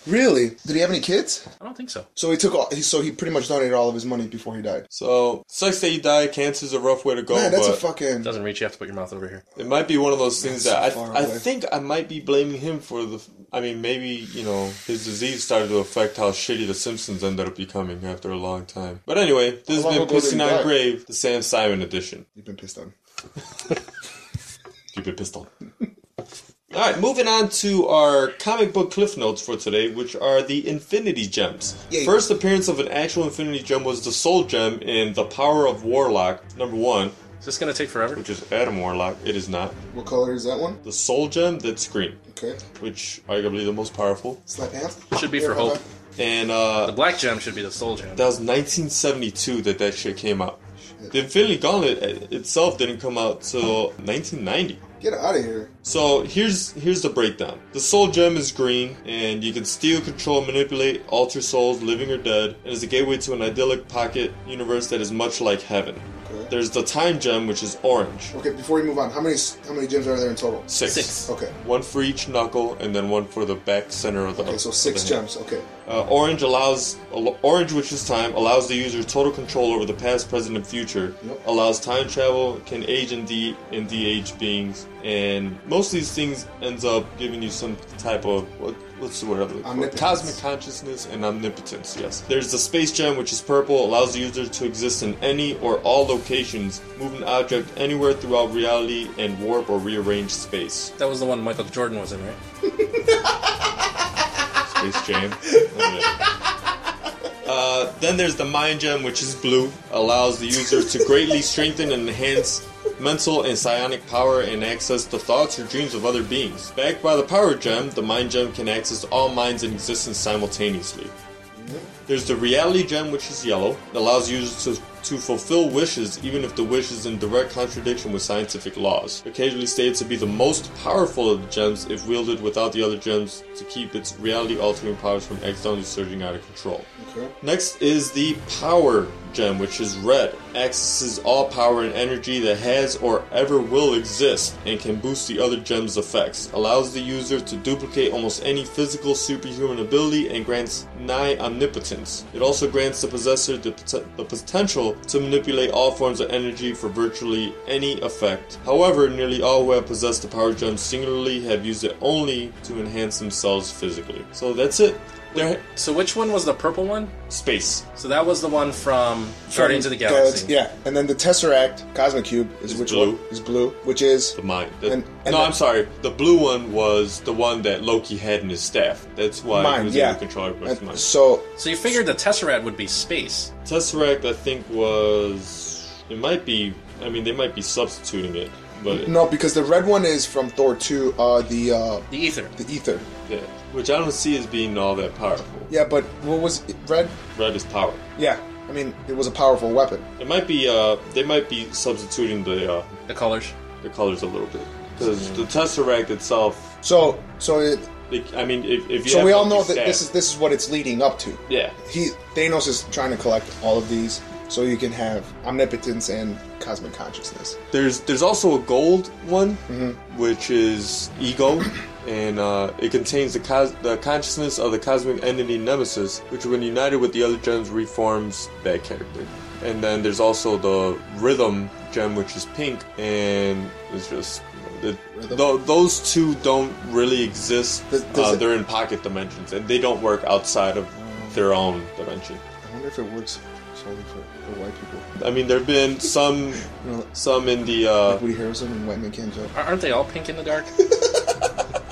Speaker 2: Really? Did he have any kids?
Speaker 1: I don't think so.
Speaker 2: So he took all. He, so he pretty much donated all of his money before he died.
Speaker 3: So sucks that he died. Cancer's a rough way to go,
Speaker 2: Man, that's a
Speaker 1: uh,
Speaker 3: but
Speaker 2: fucking.
Speaker 1: Doesn't reach. You have to put your mouth over here.
Speaker 3: it might be one of those things
Speaker 2: That's
Speaker 3: that
Speaker 2: so far
Speaker 3: I, I
Speaker 2: away.
Speaker 3: think I might be blaming him for the. I mean, maybe you know his disease started to affect how shitty The Simpsons ended up becoming after a long time. But anyway, this has
Speaker 2: long
Speaker 3: been
Speaker 2: ago did he
Speaker 3: pissing
Speaker 2: die?
Speaker 3: on grave, the Sam Simon edition.
Speaker 2: You've been pissed on.
Speaker 3: Stupid pistol. All right, moving on to our comic book cliff notes for today, which are the Infinity Gems.
Speaker 2: Yay.
Speaker 3: First appearance of an actual Infinity Gem was the Soul Gem in The Power of Warlock, number one,
Speaker 1: Is this gonna take forever?
Speaker 3: which is Adam Warlock. It is not.
Speaker 2: What color is that one?
Speaker 3: The Soul Gem, that's green,
Speaker 2: Okay.
Speaker 3: which arguably the most powerful.
Speaker 2: Slap hand.
Speaker 1: Should be for
Speaker 2: Here,
Speaker 1: hope.
Speaker 2: bye-bye.
Speaker 3: And uh,
Speaker 1: The black gem should be the soul gem.
Speaker 3: That was 1972 that that shit came out. The Infinity Gauntlet uh, itself didn't come out till 1990.
Speaker 2: Get out of here.
Speaker 3: So here's here's the breakdown. The soul gem is green, and you can steal, control, manipulate, alter souls, living or dead, and is a gateway to an idyllic pocket universe that is much like heaven.
Speaker 2: Okay.
Speaker 3: There's the time gem, which is orange.
Speaker 2: Okay, before we move on, how many how many gems are there in total?
Speaker 3: Six.
Speaker 1: Six.
Speaker 2: Okay.
Speaker 3: One for each knuckle, and then one for the back center of the.
Speaker 2: Okay, so six
Speaker 3: of the hand.
Speaker 2: gems. Okay.
Speaker 3: Uh, orange allows al- orange, which is time, allows the user total control over the past, present, and future.
Speaker 2: Yep.
Speaker 3: Allows time travel, can age and de and de-age beings, and most of these things ends up giving you some type of what, what's the word? I'm looking for?
Speaker 2: Omnipotence.
Speaker 3: Cosmic consciousness and omnipotence. Yes. There's the space gem, which is purple, allows the user to exist in any or all locations, move an object anywhere throughout reality, and warp or rearrange space.
Speaker 1: That was the one Michael Jordan was in, right?
Speaker 3: Space Jam. Oh, Uh, then there's the Mind Gem, which is blue, allows the user to greatly strengthen and enhance mental and psionic power and access the thoughts or dreams of other beings. Backed by the power gem, the mind gem can access all minds in existence simultaneously. There's the reality gem, which is yellow, that allows users to, to fulfill wishes even if the wish is in direct contradiction with scientific laws. Occasionally stated to be the most powerful of the gems if wielded without the other gems to keep its reality altering powers from accidentally surging out of control.
Speaker 2: Okay.
Speaker 3: Next is the power gem, which is red. Accesses all power and energy that has or ever will exist and can boost the other gem's effects. Allows the user to duplicate almost any physical superhuman ability and grants nigh omnipotence. It also grants the possessor the, pot- the potential to manipulate all forms of energy for virtually any effect. However, nearly all who have possessed the power gem singularly have used it only to enhance themselves physically. So that's it. There,
Speaker 1: So which one was the purple one?
Speaker 3: space.
Speaker 1: So that was the one from Guardians of the
Speaker 2: Gal-
Speaker 1: Galaxy.
Speaker 2: Yeah, and then the Tesseract Cosmic Cube is, which
Speaker 3: blue.
Speaker 2: one is blue, which is
Speaker 3: the mine. The-
Speaker 2: And- and
Speaker 3: no,
Speaker 2: the-
Speaker 3: I'm sorry. The blue one was the one that Loki had in his staff. That's why he
Speaker 2: mine.
Speaker 3: was
Speaker 2: Yeah,
Speaker 3: able to control everybody's
Speaker 2: And
Speaker 3: mind.
Speaker 2: so
Speaker 1: So you figured the Tesseract would be space.
Speaker 3: Tesseract, I think, was. It might be. I mean, they might be substituting it, but
Speaker 2: no, because the red one is from Thor two, uh, the uh,
Speaker 1: The ether.
Speaker 2: the ether.
Speaker 3: yeah, which I don't see as being all that powerful.
Speaker 2: Yeah, but what was it? red?
Speaker 3: Red is power.
Speaker 2: Yeah, I mean it was a powerful weapon.
Speaker 3: It might be. Uh, they might be substituting the uh,
Speaker 1: The colors.
Speaker 3: the colors a little bit because the Tesseract itself.
Speaker 2: So so it,
Speaker 3: It, I mean, if, if you
Speaker 2: so
Speaker 3: have
Speaker 2: we all know
Speaker 3: Loki's
Speaker 2: that this is
Speaker 3: staff-
Speaker 2: this is what it's leading up to.
Speaker 3: yeah.
Speaker 2: He Thanos is trying to collect all of these so you can have omnipotence and cosmic consciousness.
Speaker 3: There's there's also a gold one,
Speaker 2: Mm-hmm.
Speaker 3: which is ego, and uh, it contains the cos- the consciousness of the cosmic entity Nemesis, which when united with the other gems reforms that character. And then there's also the rhythm gem, which is pink, and it's just. The,
Speaker 2: Rhythm?
Speaker 3: tho- those two don't really exist.
Speaker 2: Does- does
Speaker 3: uh,
Speaker 2: it-
Speaker 3: they're in pocket dimensions, and they don't work outside of their own dimension.
Speaker 2: I wonder if it works solely for, for white people.
Speaker 3: I mean, there've been some,
Speaker 2: You know,
Speaker 3: some in the uh,
Speaker 2: Woody Harrelson and White Man Can't Jump.
Speaker 1: Ar- Aren't they all pink in the dark?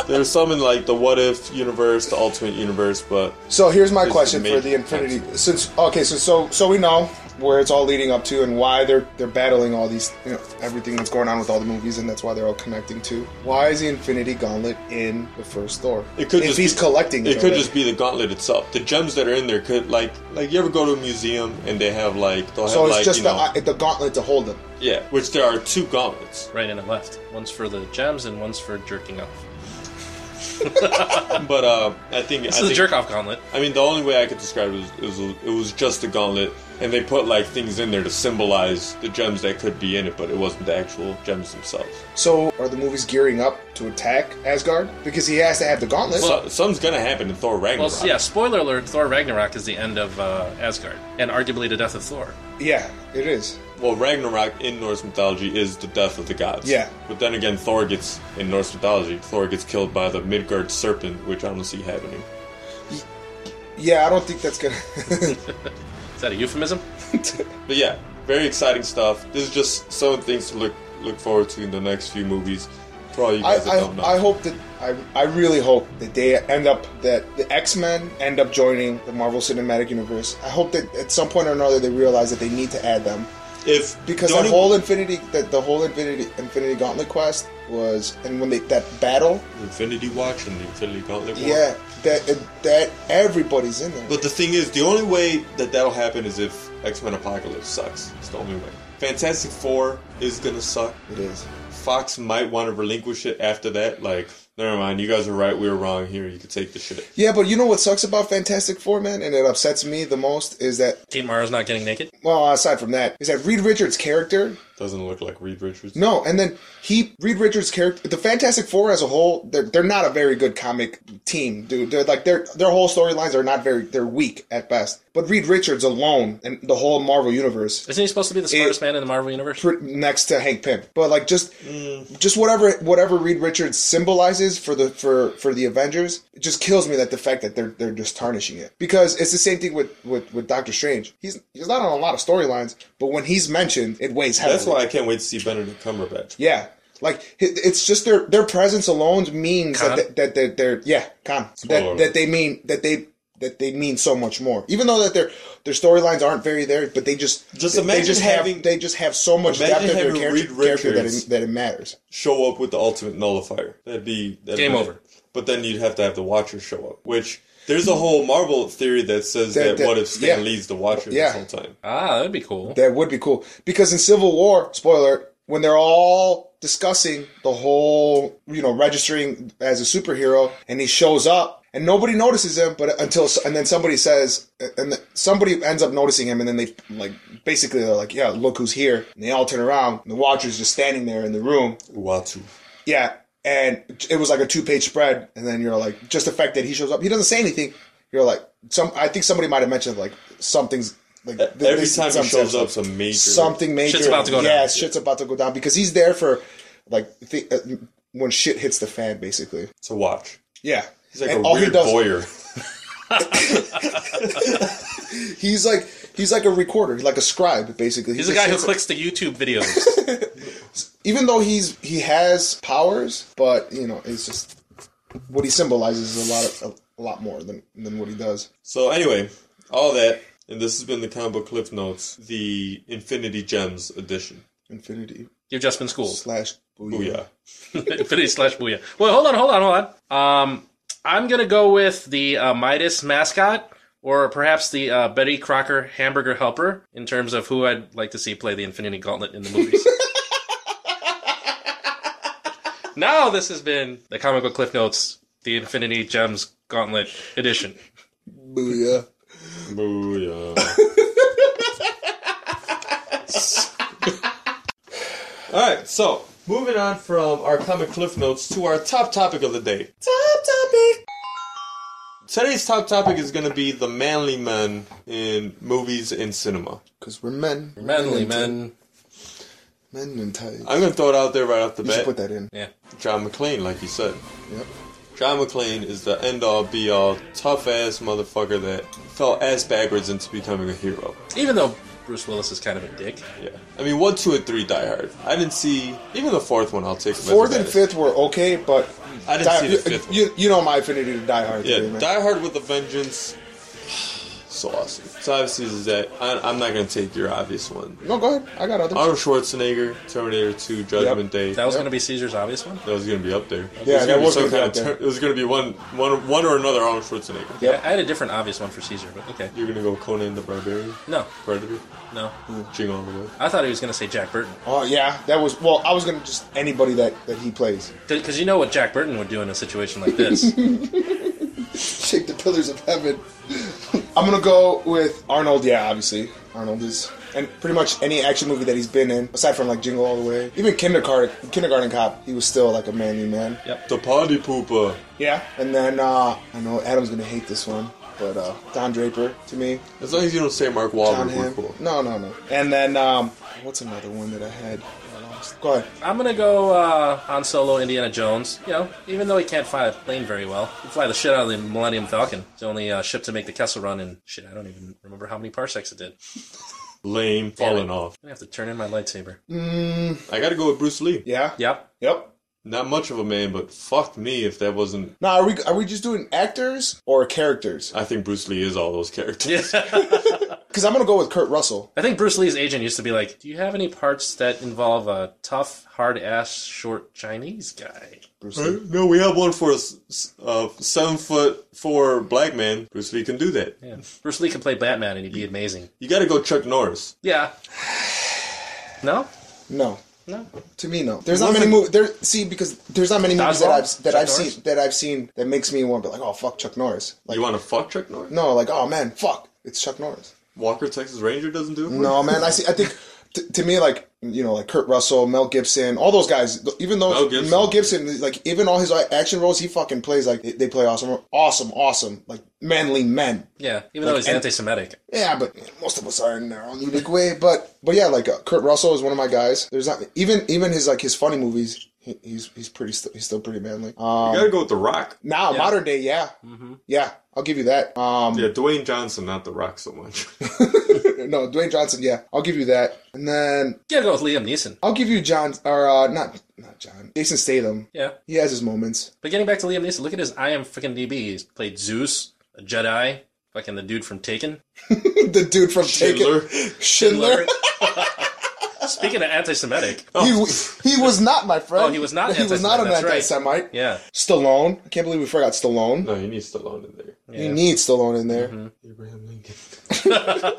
Speaker 3: There's some in like the what if universe, the ultimate universe, but
Speaker 2: So here's my
Speaker 3: This
Speaker 2: question
Speaker 3: is
Speaker 2: for the
Speaker 3: amazing.
Speaker 2: Infinity. Since okay, so so so we know where it's all leading up to and why they're they're battling all these you know, everything that's going on with all the movies and that's why they're all connecting to. Why is the Infinity Gauntlet in the first Thor?
Speaker 3: it could
Speaker 2: if
Speaker 3: just
Speaker 2: he's
Speaker 3: be,
Speaker 2: collecting
Speaker 3: It
Speaker 2: it
Speaker 3: could
Speaker 2: already.
Speaker 3: just be the gauntlet itself. The gems that are in there could like like you ever go to a museum and they have like they'll
Speaker 2: so
Speaker 3: have
Speaker 2: it's
Speaker 3: like
Speaker 2: just
Speaker 3: you
Speaker 2: the
Speaker 3: know
Speaker 2: the gauntlet to hold them.
Speaker 3: yeah, which there are two gauntlets,
Speaker 1: right and left. One's for the gems and one's for jerking off.
Speaker 3: but uh, I think I
Speaker 1: This is the
Speaker 3: think-
Speaker 1: jerk off gauntlet.
Speaker 3: I mean the only way I could describe it was, it was it was just a gauntlet, and they put like things in there to symbolize the gems that could be in it, but it wasn't the actual gems themselves.
Speaker 2: So are the movies gearing up to attack Asgard because he has to have the gauntlet?
Speaker 3: So, something's gonna happen in Thor
Speaker 1: Well,
Speaker 3: Ragnarok.
Speaker 1: yeah, spoiler alert Thor Ragnarok is the end of uh, Asgard, and arguably the death of Thor.
Speaker 2: yeah, it is.
Speaker 3: Well, Ragnarok in Norse mythology is the death of the gods.
Speaker 2: Yeah.
Speaker 3: But then again, Thor gets, in Norse mythology, Thor gets killed by the Midgard serpent, which I don't see happening.
Speaker 2: Yeah, I don't think that's gonna.
Speaker 1: Is that a euphemism?
Speaker 3: But yeah, very exciting stuff. This is just some things to look look forward to in the next few movies. For all you
Speaker 2: I,
Speaker 3: guys that don't know.
Speaker 2: I, I hope that I, I really hope that they end up that the X Men end up joining the Marvel Cinematic Universe. I hope that at some point or another they realize that they need to add them
Speaker 3: if
Speaker 2: because
Speaker 3: don't
Speaker 2: the
Speaker 3: e-
Speaker 2: whole Infinity that the whole Infinity Infinity Gauntlet quest was and when they that battle
Speaker 3: Infinity Watch and the Infinity Gauntlet War.
Speaker 2: yeah that that everybody's in there.
Speaker 3: But the thing is, the only way that that'll happen is if X Men Apocalypse sucks. It's the only way. Fantastic Four is gonna suck.
Speaker 2: It is.
Speaker 3: Fox might want to relinquish it after that. Like, never mind, you guys are right, we were wrong here. You could take the shit.
Speaker 2: Yeah, but you know what sucks about Fantastic Four, man, and it upsets me the most is that
Speaker 1: Kate Mara's not getting naked?
Speaker 2: well, aside from that, is that Reed Richards' character
Speaker 3: Doesn't look like Reed Richards.
Speaker 2: No, and then he Reed Richards' character, the Fantastic Four as a whole, they're they're not a very good comic team, dude. They're like their their whole storylines are not very they're weak at best. But Reed Richards alone and the whole Marvel universe
Speaker 1: Isn't he supposed to be the smartest man in the Marvel Universe?
Speaker 2: pr- next to Hank Pym. But like just
Speaker 3: Mm.
Speaker 2: just whatever whatever Reed Richards symbolizes for the for for the Avengers, it just kills me that the fact that they're they're just tarnishing it. Because it's the same thing with with with Doctor Strange. He's he's not on a lot of storylines, but when he's mentioned, it weighs heavily.
Speaker 3: That's why I can't wait to see Benedict Cumberbatch.
Speaker 2: Yeah. Like it- it's just their their presence alone means
Speaker 1: Con?
Speaker 2: that, that that they're yeah con
Speaker 3: Spoiler
Speaker 2: that,
Speaker 3: alert.
Speaker 2: that they mean that they that they mean so much more. Even though that their their storylines aren't very there, but they just
Speaker 3: Just
Speaker 2: they,
Speaker 3: imagine
Speaker 2: just
Speaker 3: having-
Speaker 2: have they just have so much
Speaker 3: imagine
Speaker 2: depth in their
Speaker 3: having
Speaker 2: character,
Speaker 3: Reed
Speaker 2: character that
Speaker 3: Richards.
Speaker 2: it, that it matters.
Speaker 3: show up with the ultimate nullifier. That'd be that'd
Speaker 1: Game
Speaker 3: be
Speaker 1: over.
Speaker 3: But then you'd have to have the Watcher show up, which there's a whole Marvel theory that says that,
Speaker 2: That- that-
Speaker 3: what if Stan
Speaker 2: yeah.
Speaker 3: Lee's the Watcher
Speaker 2: Yeah.
Speaker 3: this whole time?
Speaker 1: Ah, that'd be cool.
Speaker 2: That would be cool because in Civil War, spoiler, when they're all discussing the whole, you know, registering as a superhero, and he shows up, and nobody notices him, but until and then somebody says, and then somebody ends up noticing him, and then they like basically they're like, yeah, look who's here, and they all turn around, and the Watcher's just standing there in the room,
Speaker 3: Uatu.
Speaker 2: yeah, and it was like a two page spread, and then you're like, just the fact that he shows up, he doesn't say anything. You're like, some. I think somebody might have mentioned like something's like th-
Speaker 3: E, Every
Speaker 2: this-
Speaker 3: time he
Speaker 2: some-
Speaker 3: shows up, some major
Speaker 2: something major.
Speaker 1: about to go down.
Speaker 2: yeah, shit's about to go down because he's there for like th- uh, when shit hits the fan, basically.
Speaker 3: to watch.
Speaker 2: Yeah,
Speaker 3: He's like
Speaker 2: And
Speaker 3: a
Speaker 2: all he
Speaker 3: weird
Speaker 2: does-
Speaker 3: voyeur.
Speaker 2: He's like he's like a recorder, like a scribe, basically.
Speaker 1: He's
Speaker 2: He
Speaker 1: the guy
Speaker 2: just
Speaker 1: who
Speaker 2: sits-
Speaker 1: clicks the YouTube videos.
Speaker 2: even though he's he has powers, but you know, it's just what he symbolizes is a lot of. A, lot more than, than what he does.
Speaker 3: So anyway, all that, and this has been the combo cliff notes, the Infinity Gems edition.
Speaker 2: Infinity
Speaker 1: You've just been schooled.
Speaker 2: slash booyah.
Speaker 3: Ooh yeah.
Speaker 1: Infinity slash Booyah. Well, hold on, hold on, hold on. Um, I'm gonna go with the uh, Midas mascot, or perhaps the uh, Betty Crocker hamburger helper, in terms of who I'd like to see play the Infinity Gauntlet in the movies. now this has been the comic book cliff notes, the Infinity Gems Gauntlet edition.
Speaker 2: Booyah.
Speaker 3: Booyah. Alright, so moving on from our comic cliff notes to our top topic of the day. Top topic! Today's top topic is going to be the manly men in movies and cinema.
Speaker 2: Because we're men.
Speaker 1: Manly men.
Speaker 2: Men and tight.
Speaker 3: I'm going to throw it out there right off the
Speaker 2: You should
Speaker 3: bat.
Speaker 2: put that in.
Speaker 1: Yeah.
Speaker 3: John McClane, like you said.
Speaker 2: Yep.
Speaker 3: John McClane is the end all be all tough ass motherfucker that fell ass backwards into becoming a hero.
Speaker 1: Even though Bruce Willis is kind of a dick.
Speaker 3: Yeah. I mean, one, two, and three Die Hard. I didn't see even the fourth one. I'll take them as
Speaker 2: Fourth
Speaker 3: a
Speaker 2: and
Speaker 3: bad-
Speaker 2: fifth were okay, but
Speaker 3: I didn't
Speaker 2: Die-
Speaker 3: see the fifth one.
Speaker 2: you, you, you know my affinity to Die Hard.
Speaker 3: Yeah,
Speaker 2: theory, man.
Speaker 3: Die Hard with a Vengeance. So awesome. So obviously, is that I, I'm not gonna take your obvious one.
Speaker 2: no, go ahead. I got others.
Speaker 3: Arnold Schwarzenegger, Terminator 2, Judgment Day.
Speaker 1: That
Speaker 3: That
Speaker 1: was gonna be Caesar's obvious one.
Speaker 3: was gonna be up there.
Speaker 2: Yeah, that
Speaker 3: it was
Speaker 2: was gonna be
Speaker 3: gonna be some kind
Speaker 2: up
Speaker 3: of.
Speaker 2: there.
Speaker 3: Ter- it was gonna be one, one, one or another Arnold Schwarzenegger.
Speaker 2: Yep.
Speaker 1: I I had a different obvious one for Caesar, but okay.
Speaker 3: You're gonna go Conan the Barbarian,
Speaker 1: No,
Speaker 3: Predator,
Speaker 1: no.
Speaker 2: Mm.
Speaker 3: Jing all the way.
Speaker 1: I thought he was gonna say Jack Burton.
Speaker 2: Oh yeah, that was well. I was gonna just anybody that that he plays.
Speaker 1: Because you know what Jack Burton would do in a situation like this.
Speaker 2: Shake the pillars of heaven. I'm gonna go with Arnold. Yeah, obviously Arnold is, and pretty much any action movie that he's been in, aside from like Jingle All the Way, even Kindergarten Kindergarten Cop, he was still like a manly man.
Speaker 1: yep.
Speaker 3: The Party Pooper.
Speaker 2: Yeah. And then uh I know Adam's gonna hate this one, but uh Don Draper to me,
Speaker 3: As long as you don't say Mark Wahlberg,
Speaker 2: John
Speaker 3: we're
Speaker 2: Hamm.
Speaker 3: cool.
Speaker 2: No, no, no. And then um, what's another one that I had? I lost. Go ahead.
Speaker 1: I'm gonna go uh, Han Solo, Indiana Jones. You know, even though he can't fly a plane very well, he fly the shit out of the Millennium Falcon. It's the only uh, ship to make the Kessel Run, and shit, I don't even remember how many parsecs it did. I'm
Speaker 3: Lame, falling off.
Speaker 1: gonna have to turn in my lightsaber.
Speaker 3: I gotta go with Bruce Lee.
Speaker 2: Yeah.
Speaker 1: Yep.
Speaker 2: Yep.
Speaker 3: Not much of a man, but fuck me if that wasn't.
Speaker 2: Now, are we are we just doing actors or characters?
Speaker 3: I think Bruce Lee is all those characters.
Speaker 2: Because I'm gonna go with Kurt Russell.
Speaker 1: I think Bruce Lee's agent used to be like, "Do you have any parts that involve a tough, hard-ass, short Chinese guy?"
Speaker 2: Bruce
Speaker 3: Right?
Speaker 2: Lee.
Speaker 3: No, we have one for a s- s- uh, seven foot four black man. Bruce Lee can do that.
Speaker 1: Yeah. Bruce Lee could play Batman, and he'd be amazing.
Speaker 3: You gotta go Chuck Norris.
Speaker 1: Yeah. No.
Speaker 2: No.
Speaker 1: No.
Speaker 2: To me, no. There's not many movies. There, see, because there's not many movies that
Speaker 1: Dodgeball?
Speaker 2: I've that
Speaker 1: Chuck
Speaker 2: I've
Speaker 1: Norris?
Speaker 2: seen that I've seen that makes me want to be like, oh fuck, Chuck Norris. Like,
Speaker 3: You wanna fuck Chuck Norris?
Speaker 2: no, like, oh man, fuck, it's Chuck Norris.
Speaker 3: Walker, Texas Ranger doesn't do it?
Speaker 2: No, man, I see. I think t- to me, like you know, like Kurt Russell, Mel Gibson, all those guys. th- Even though
Speaker 3: Mel
Speaker 2: Mel
Speaker 3: Gibson.
Speaker 2: Gibson, like even all his like, action roles, he fucking plays like they- they play awesome, awesome, awesome, like manly men.
Speaker 1: Yeah. Even though he's
Speaker 2: and-
Speaker 1: anti-Semitic.
Speaker 2: Yeah, but most of us are in our own unique way. But but yeah, like uh, Kurt Russell is one of my guys. There's not even even his like his funny movies. He, he's he's pretty st- he's still pretty manly. Um,
Speaker 3: You gotta go with The Rock.
Speaker 2: now modern day, yeah, yeah, I'll give you that. Um,
Speaker 3: Yeah, Dwayne Johnson, not The Rock so much.
Speaker 2: no, Dwayne Johnson, yeah, I'll give you that. And then
Speaker 1: You gotta go with Liam Neeson.
Speaker 2: I'll give you John or uh, not not John Jason Statham.
Speaker 1: Yeah.
Speaker 2: He has his moments.
Speaker 1: But getting back to Liam Neeson, look at his I am freaking DB. He's played Zeus, a Jedi, Like in the dude from Taken.
Speaker 2: the dude from
Speaker 3: Schindler.
Speaker 2: Taken, Schindler.
Speaker 1: Speaking of anti-Semitic,
Speaker 2: He, he was not my friend.
Speaker 1: Oh, he was not
Speaker 2: He was not an
Speaker 1: anti-Semite, that's right.
Speaker 2: anti-Semite.
Speaker 1: yeah,
Speaker 2: Stallone. I can't believe we forgot Stallone.
Speaker 3: No, he needs Stallone in there.
Speaker 2: We need Stallone in
Speaker 1: Mm-hmm.
Speaker 2: there.
Speaker 3: Abraham Lincoln.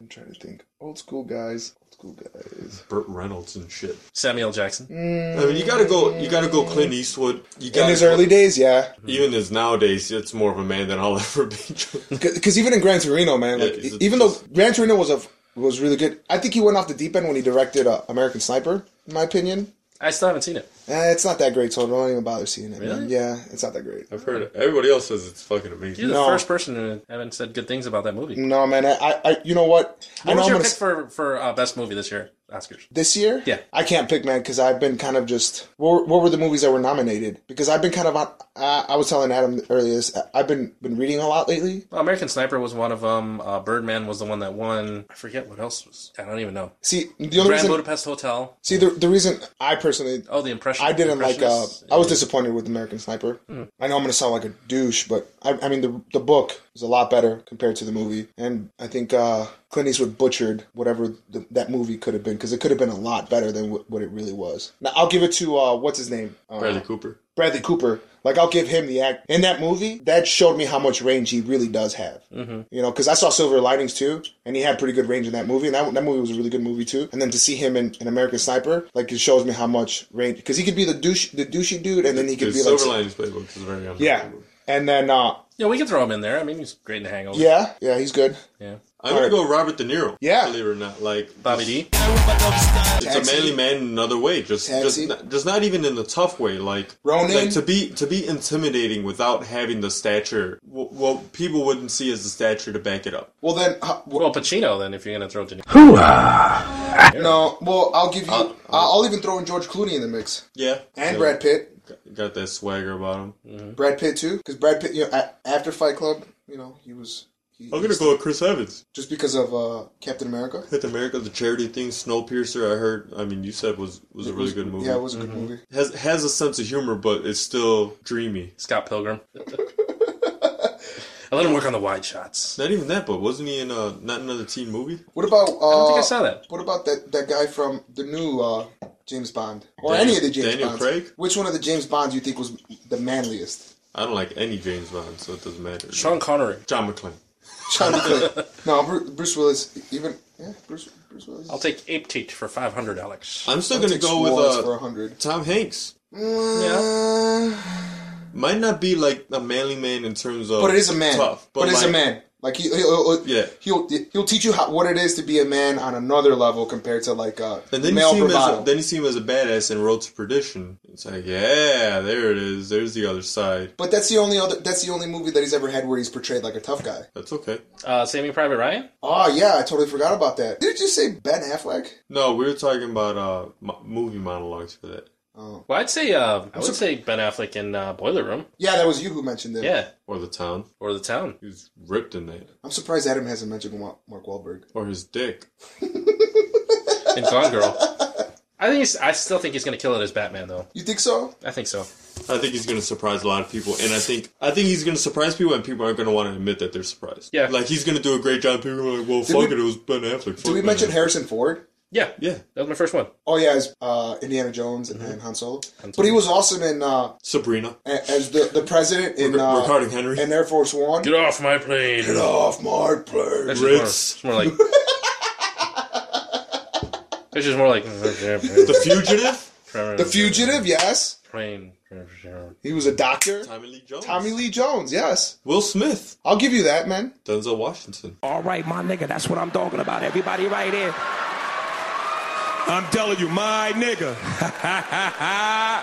Speaker 2: I'm trying to think. Old school guys. Old school guys.
Speaker 3: Burt Reynolds and shit.
Speaker 1: Samuel Jackson.
Speaker 3: I mean, you gotta go. You gotta go. Clint Eastwood. You gotta
Speaker 2: In his
Speaker 3: go-
Speaker 2: early days, yeah.
Speaker 3: even as nowadays, it's more of a man than I'll ever be.
Speaker 1: Mm-hmm.
Speaker 2: Because even in Gran Torino, man, like,
Speaker 3: Yeah, is it
Speaker 2: even
Speaker 3: just-
Speaker 2: though Gran Torino was a was really good, I think he went off the deep end when he directed uh, American Sniper. In my opinion,
Speaker 1: I still haven't seen it.
Speaker 2: eh, it's not that great, so don't even bother seeing it. man.
Speaker 1: Really?
Speaker 2: Yeah, it's not that great.
Speaker 3: I've heard it. everybody else says it's fucking
Speaker 1: You're
Speaker 3: amazing.
Speaker 1: the
Speaker 2: No.
Speaker 1: first person who haven't said good things about that movie.
Speaker 2: No, man. I, I, I you know what? I
Speaker 1: What
Speaker 2: know
Speaker 1: was
Speaker 2: I'm
Speaker 1: your
Speaker 2: gonna
Speaker 1: pick
Speaker 2: s-
Speaker 1: for for uh, best movie this year? Oscars.
Speaker 2: this year.
Speaker 1: Yeah.
Speaker 2: I can't pick, man, because I've been kind of just. What were, what were the movies that were nominated? Because I've been kind of on. I I was telling Adam earlier this. I- I've been been reading a lot lately.
Speaker 1: Well, American Sniper was one of them. Uh, Birdman was the one that won. I forget what else was. I don't even know.
Speaker 2: See, the only
Speaker 1: Grand
Speaker 2: reason.
Speaker 1: Budapest Hotel.
Speaker 2: See, the the reason I personally
Speaker 1: Oh, the impression.
Speaker 2: I didn't like. Uh,
Speaker 1: Impressionists.
Speaker 2: I was disappointed with American Sniper. I know I'm gonna sound like a douche, but I, I mean the the book is a lot better compared to the movie, and I think uh, Clint Eastwood butchered whatever the, that movie could have been because it could have been a lot better than what what it really was. Now I'll give it to uh, what's his name, uh,
Speaker 3: Bradley Cooper.
Speaker 2: Bradley Cooper. Like I'll give him the act in that movie. That showed me how much range he really does have. Mm-hmm. You know, because I saw Silver Linings too, and he had pretty good range in that movie. And that, that movie was a really good movie too. And then to see him in, in American Sniper, like it shows me how much range because he could be the douche, the douchey dude, and then he could
Speaker 3: His
Speaker 2: be like,
Speaker 3: Silver Linings Playbook is very underrated.
Speaker 2: yeah. And then, uh,
Speaker 1: Yeah, we can throw him in there. I mean, he's great in the Hangover.
Speaker 2: yeah, yeah, he's good.
Speaker 1: yeah.
Speaker 3: I'm gonna go Robert De Niro.
Speaker 2: Yeah.
Speaker 3: believe it or not, like
Speaker 1: Bobby D.
Speaker 3: It's
Speaker 2: Taxi.
Speaker 3: a manly man in another way, just
Speaker 2: Taxi.
Speaker 3: just not, just not even in the tough way, like
Speaker 2: Ronin.
Speaker 3: like to be to be intimidating without having the stature. wh- What people wouldn't see as the stature to back it up.
Speaker 2: Well, then, uh, well,
Speaker 1: Well, Pacino. Then, if you're gonna throw De Niro.
Speaker 2: no, well, I'll give you.
Speaker 3: Uh,
Speaker 2: I'll, I'll even throw in George Clooney in the mix
Speaker 3: Yeah,
Speaker 2: and
Speaker 3: So,
Speaker 2: Brad Pitt.
Speaker 3: Mm-hmm. got that swagger about him.
Speaker 2: Brad Pitt too, because Brad Pitt, you know, a- after Fight Club, you know, he was. He,
Speaker 3: I'm gonna go with Chris Evans.
Speaker 2: just because of uh, Captain America.
Speaker 3: Hit America, the charity thing, Snowpiercer. I heard. I mean, you said was was a really good movie.
Speaker 2: Yeah, it was a good
Speaker 1: Mm-hmm.
Speaker 2: movie.
Speaker 3: has has a sense of humor, but it's still dreamy.
Speaker 1: Scott Pilgrim. I let him work on the wide shots.
Speaker 3: Not even that, but wasn't he in uh not another teen movie?
Speaker 2: What about? Uh,
Speaker 1: I don't think I saw that.
Speaker 2: What about that, that guy from the new uh, James Bond or any
Speaker 3: Daniel-
Speaker 2: of the James
Speaker 3: Daniel
Speaker 2: Bonds?
Speaker 3: Craig?
Speaker 2: Which one of the James Bonds you think was the manliest?
Speaker 3: I don't like any James Bond, so it doesn't matter.
Speaker 1: Sean Connery.
Speaker 3: John McClane.
Speaker 2: Sean Connery. no, Bruce, Bruce Willis. Even yeah, Bruce, Bruce Willis.
Speaker 1: I'll take Ape Teat for five hundred, Alex.
Speaker 3: I'm still
Speaker 2: I'll
Speaker 3: gonna
Speaker 2: take
Speaker 3: go with
Speaker 2: Suarez
Speaker 3: uh,
Speaker 2: for a hundred.
Speaker 3: Tom Hanks.
Speaker 2: Uh,
Speaker 3: Might not be like a manly man in terms of,
Speaker 2: but it is a man.
Speaker 3: Tough,
Speaker 2: but it's a
Speaker 3: like,
Speaker 2: man. Like he, he'll, he'll,
Speaker 3: Yeah.
Speaker 2: he'll he'll teach you how, what it is to be a man on another level compared to like uh,
Speaker 3: And then you,
Speaker 2: male
Speaker 3: see him as
Speaker 2: bravado.
Speaker 3: a, then you see him as a badass in Road to Perdition. It's like, yeah, there it is. There's the other side.
Speaker 2: but that's the only other that's the only movie that he's ever had where he's portrayed like a tough guy.
Speaker 3: That's okay.
Speaker 1: Uh, Saving Private Ryan.
Speaker 2: Oh yeah, I totally forgot about that. Did you say Ben Affleck?
Speaker 3: No, we were talking about uh, mo- movie monologues for that.
Speaker 1: Well, I'd say uh, I would say Ben Affleck in uh, Boiler Room.
Speaker 2: Yeah, that was you who mentioned it.
Speaker 1: Yeah,
Speaker 3: Or The Town.
Speaker 1: or The Town.
Speaker 3: He was ripped in that.
Speaker 2: I'm surprised Adam hasn't mentioned Wa- Mark Wahlberg.
Speaker 3: Or his dick.
Speaker 1: and Gone Girl. I think he's, I still think he's gonna kill it as Batman though.
Speaker 2: You think so?
Speaker 1: I think so.
Speaker 3: I think he's going to surprise a lot of people, and I think I think he's going to surprise people, and people aren't going to want to admit that they're surprised.
Speaker 1: Yeah.
Speaker 3: like he's going to do a great job. People are like, "Well, fuck
Speaker 2: we-
Speaker 3: it, it was Ben Affleck."
Speaker 2: Did we mention Harrison Ford?
Speaker 1: Yeah,
Speaker 3: Yeah,
Speaker 1: that was my first one.
Speaker 2: Oh yeah, as uh, Indiana Jones and, and Han, Solo. But he was awesome in uh,
Speaker 3: Sabrina,
Speaker 2: a- as the the president in
Speaker 3: Ric-
Speaker 2: uh,
Speaker 3: Ricardo Henry,
Speaker 2: in Air Force One.
Speaker 1: Get off my plane.
Speaker 2: Get off my plane.
Speaker 1: It's more-
Speaker 3: Ritz.
Speaker 1: It's more like. It's just more like
Speaker 3: The Fugitive,
Speaker 2: The Fugitive, yes.
Speaker 1: Plane.
Speaker 2: He was a doctor.
Speaker 3: Tommy Lee Jones,
Speaker 2: Tommy Lee Jones, yes.
Speaker 3: Will Smith,
Speaker 2: I'll give you that, man.
Speaker 3: Denzel Washington.
Speaker 6: All right, my nigga, that's what I'm talking about. Everybody right here. I'm telling you, my nigga.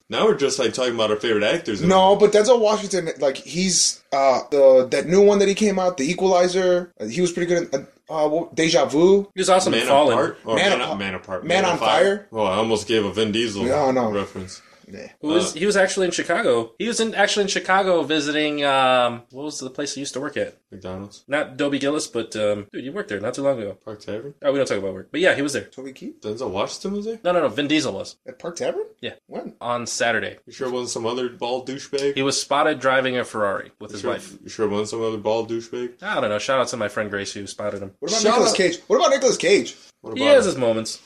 Speaker 3: Now we're just like talking about our favorite actors. and-
Speaker 2: No, but Denzel Washington, like he's uh the that new one that he came out, The Equalizer. uh, He was pretty good. In, uh, uh, what- Deja Vu.
Speaker 1: He was awesome in
Speaker 3: Man
Speaker 1: Fallen.
Speaker 3: Apart, or
Speaker 2: Man
Speaker 3: Man,
Speaker 2: Apart-
Speaker 3: Man Apart,
Speaker 2: Man on Fire?
Speaker 3: Well, I almost gave a Vin Diesel
Speaker 2: No, no.
Speaker 3: reference.
Speaker 2: Yeah.
Speaker 1: Who was
Speaker 3: Uh,
Speaker 1: he was actually in Chicago. He was in actually in Chicago visiting um what was the place he used to work at?
Speaker 3: McDonald's,
Speaker 1: Not Dobie Gillis, but um dude, you worked there not too long ago.
Speaker 3: Park Tavern.
Speaker 1: Oh, we don't talk about work. But yeah, he was there.
Speaker 2: Toby Keith
Speaker 3: Denzel Washington was there.
Speaker 1: No, no, no. Vin Diesel was
Speaker 2: at Park Tavern.
Speaker 1: Yeah.
Speaker 2: When?
Speaker 1: on Saturday.
Speaker 3: You sure it wasn't some other bald douchebag?
Speaker 1: He was spotted driving a Ferrari with his
Speaker 3: sure,
Speaker 1: wife.
Speaker 3: You sure it wasn't some other bald douchebag?
Speaker 1: I don't know. Shout out to my friend Grace who spotted him.
Speaker 2: What about
Speaker 3: Shout
Speaker 2: Nicolas
Speaker 3: out-
Speaker 2: Cage? What about Nicolas Cage?
Speaker 3: What
Speaker 1: He
Speaker 3: about
Speaker 1: has
Speaker 3: him?
Speaker 1: his moments.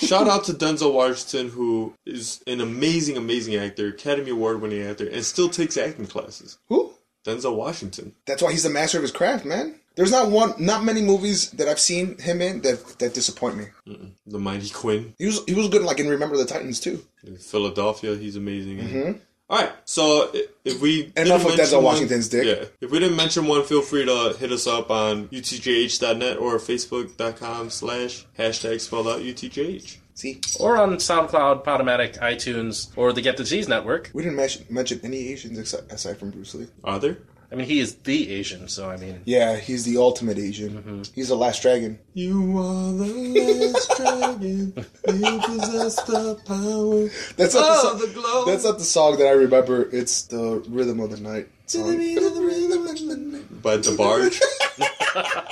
Speaker 3: Shout out to Denzel Washington, who is an amazing, amazing actor, Academy Award winning actor, and still takes acting classes.
Speaker 2: Who?
Speaker 3: Denzel Washington.
Speaker 2: That's why he's the master of his craft, man. There's not one, not many movies that I've seen him in that that disappoint me.
Speaker 3: The Mighty Quinn.
Speaker 2: He was he was good like in Remember the Titans too.
Speaker 3: In Philadelphia, he's amazing.
Speaker 2: Mm-hmm.
Speaker 3: All right, so i- if we didn't
Speaker 2: Enough of
Speaker 3: mention
Speaker 2: Denzel
Speaker 3: one-
Speaker 2: Washington's dick.
Speaker 3: yeah, if we didn't mention one, feel free to hit us up on utjh.net or facebook.com slash hashtag spelled out utjh.
Speaker 2: See,
Speaker 1: Or on SoundCloud, Podomatic, iTunes, or the Get the Cheese Network.
Speaker 2: we didn't mention, mention any Asians except, aside from Bruce Lee.
Speaker 3: Are there?
Speaker 1: I mean, he is the Asian, so I mean,
Speaker 2: Yeah, he's the ultimate Asian. He's the last dragon.
Speaker 3: You are the last dragon. You possess the power.
Speaker 2: That's not
Speaker 3: Oh,
Speaker 2: the,
Speaker 3: the glow.
Speaker 2: song, That's not the song that I remember. It's the rhythm of the night. song.
Speaker 3: By the barge.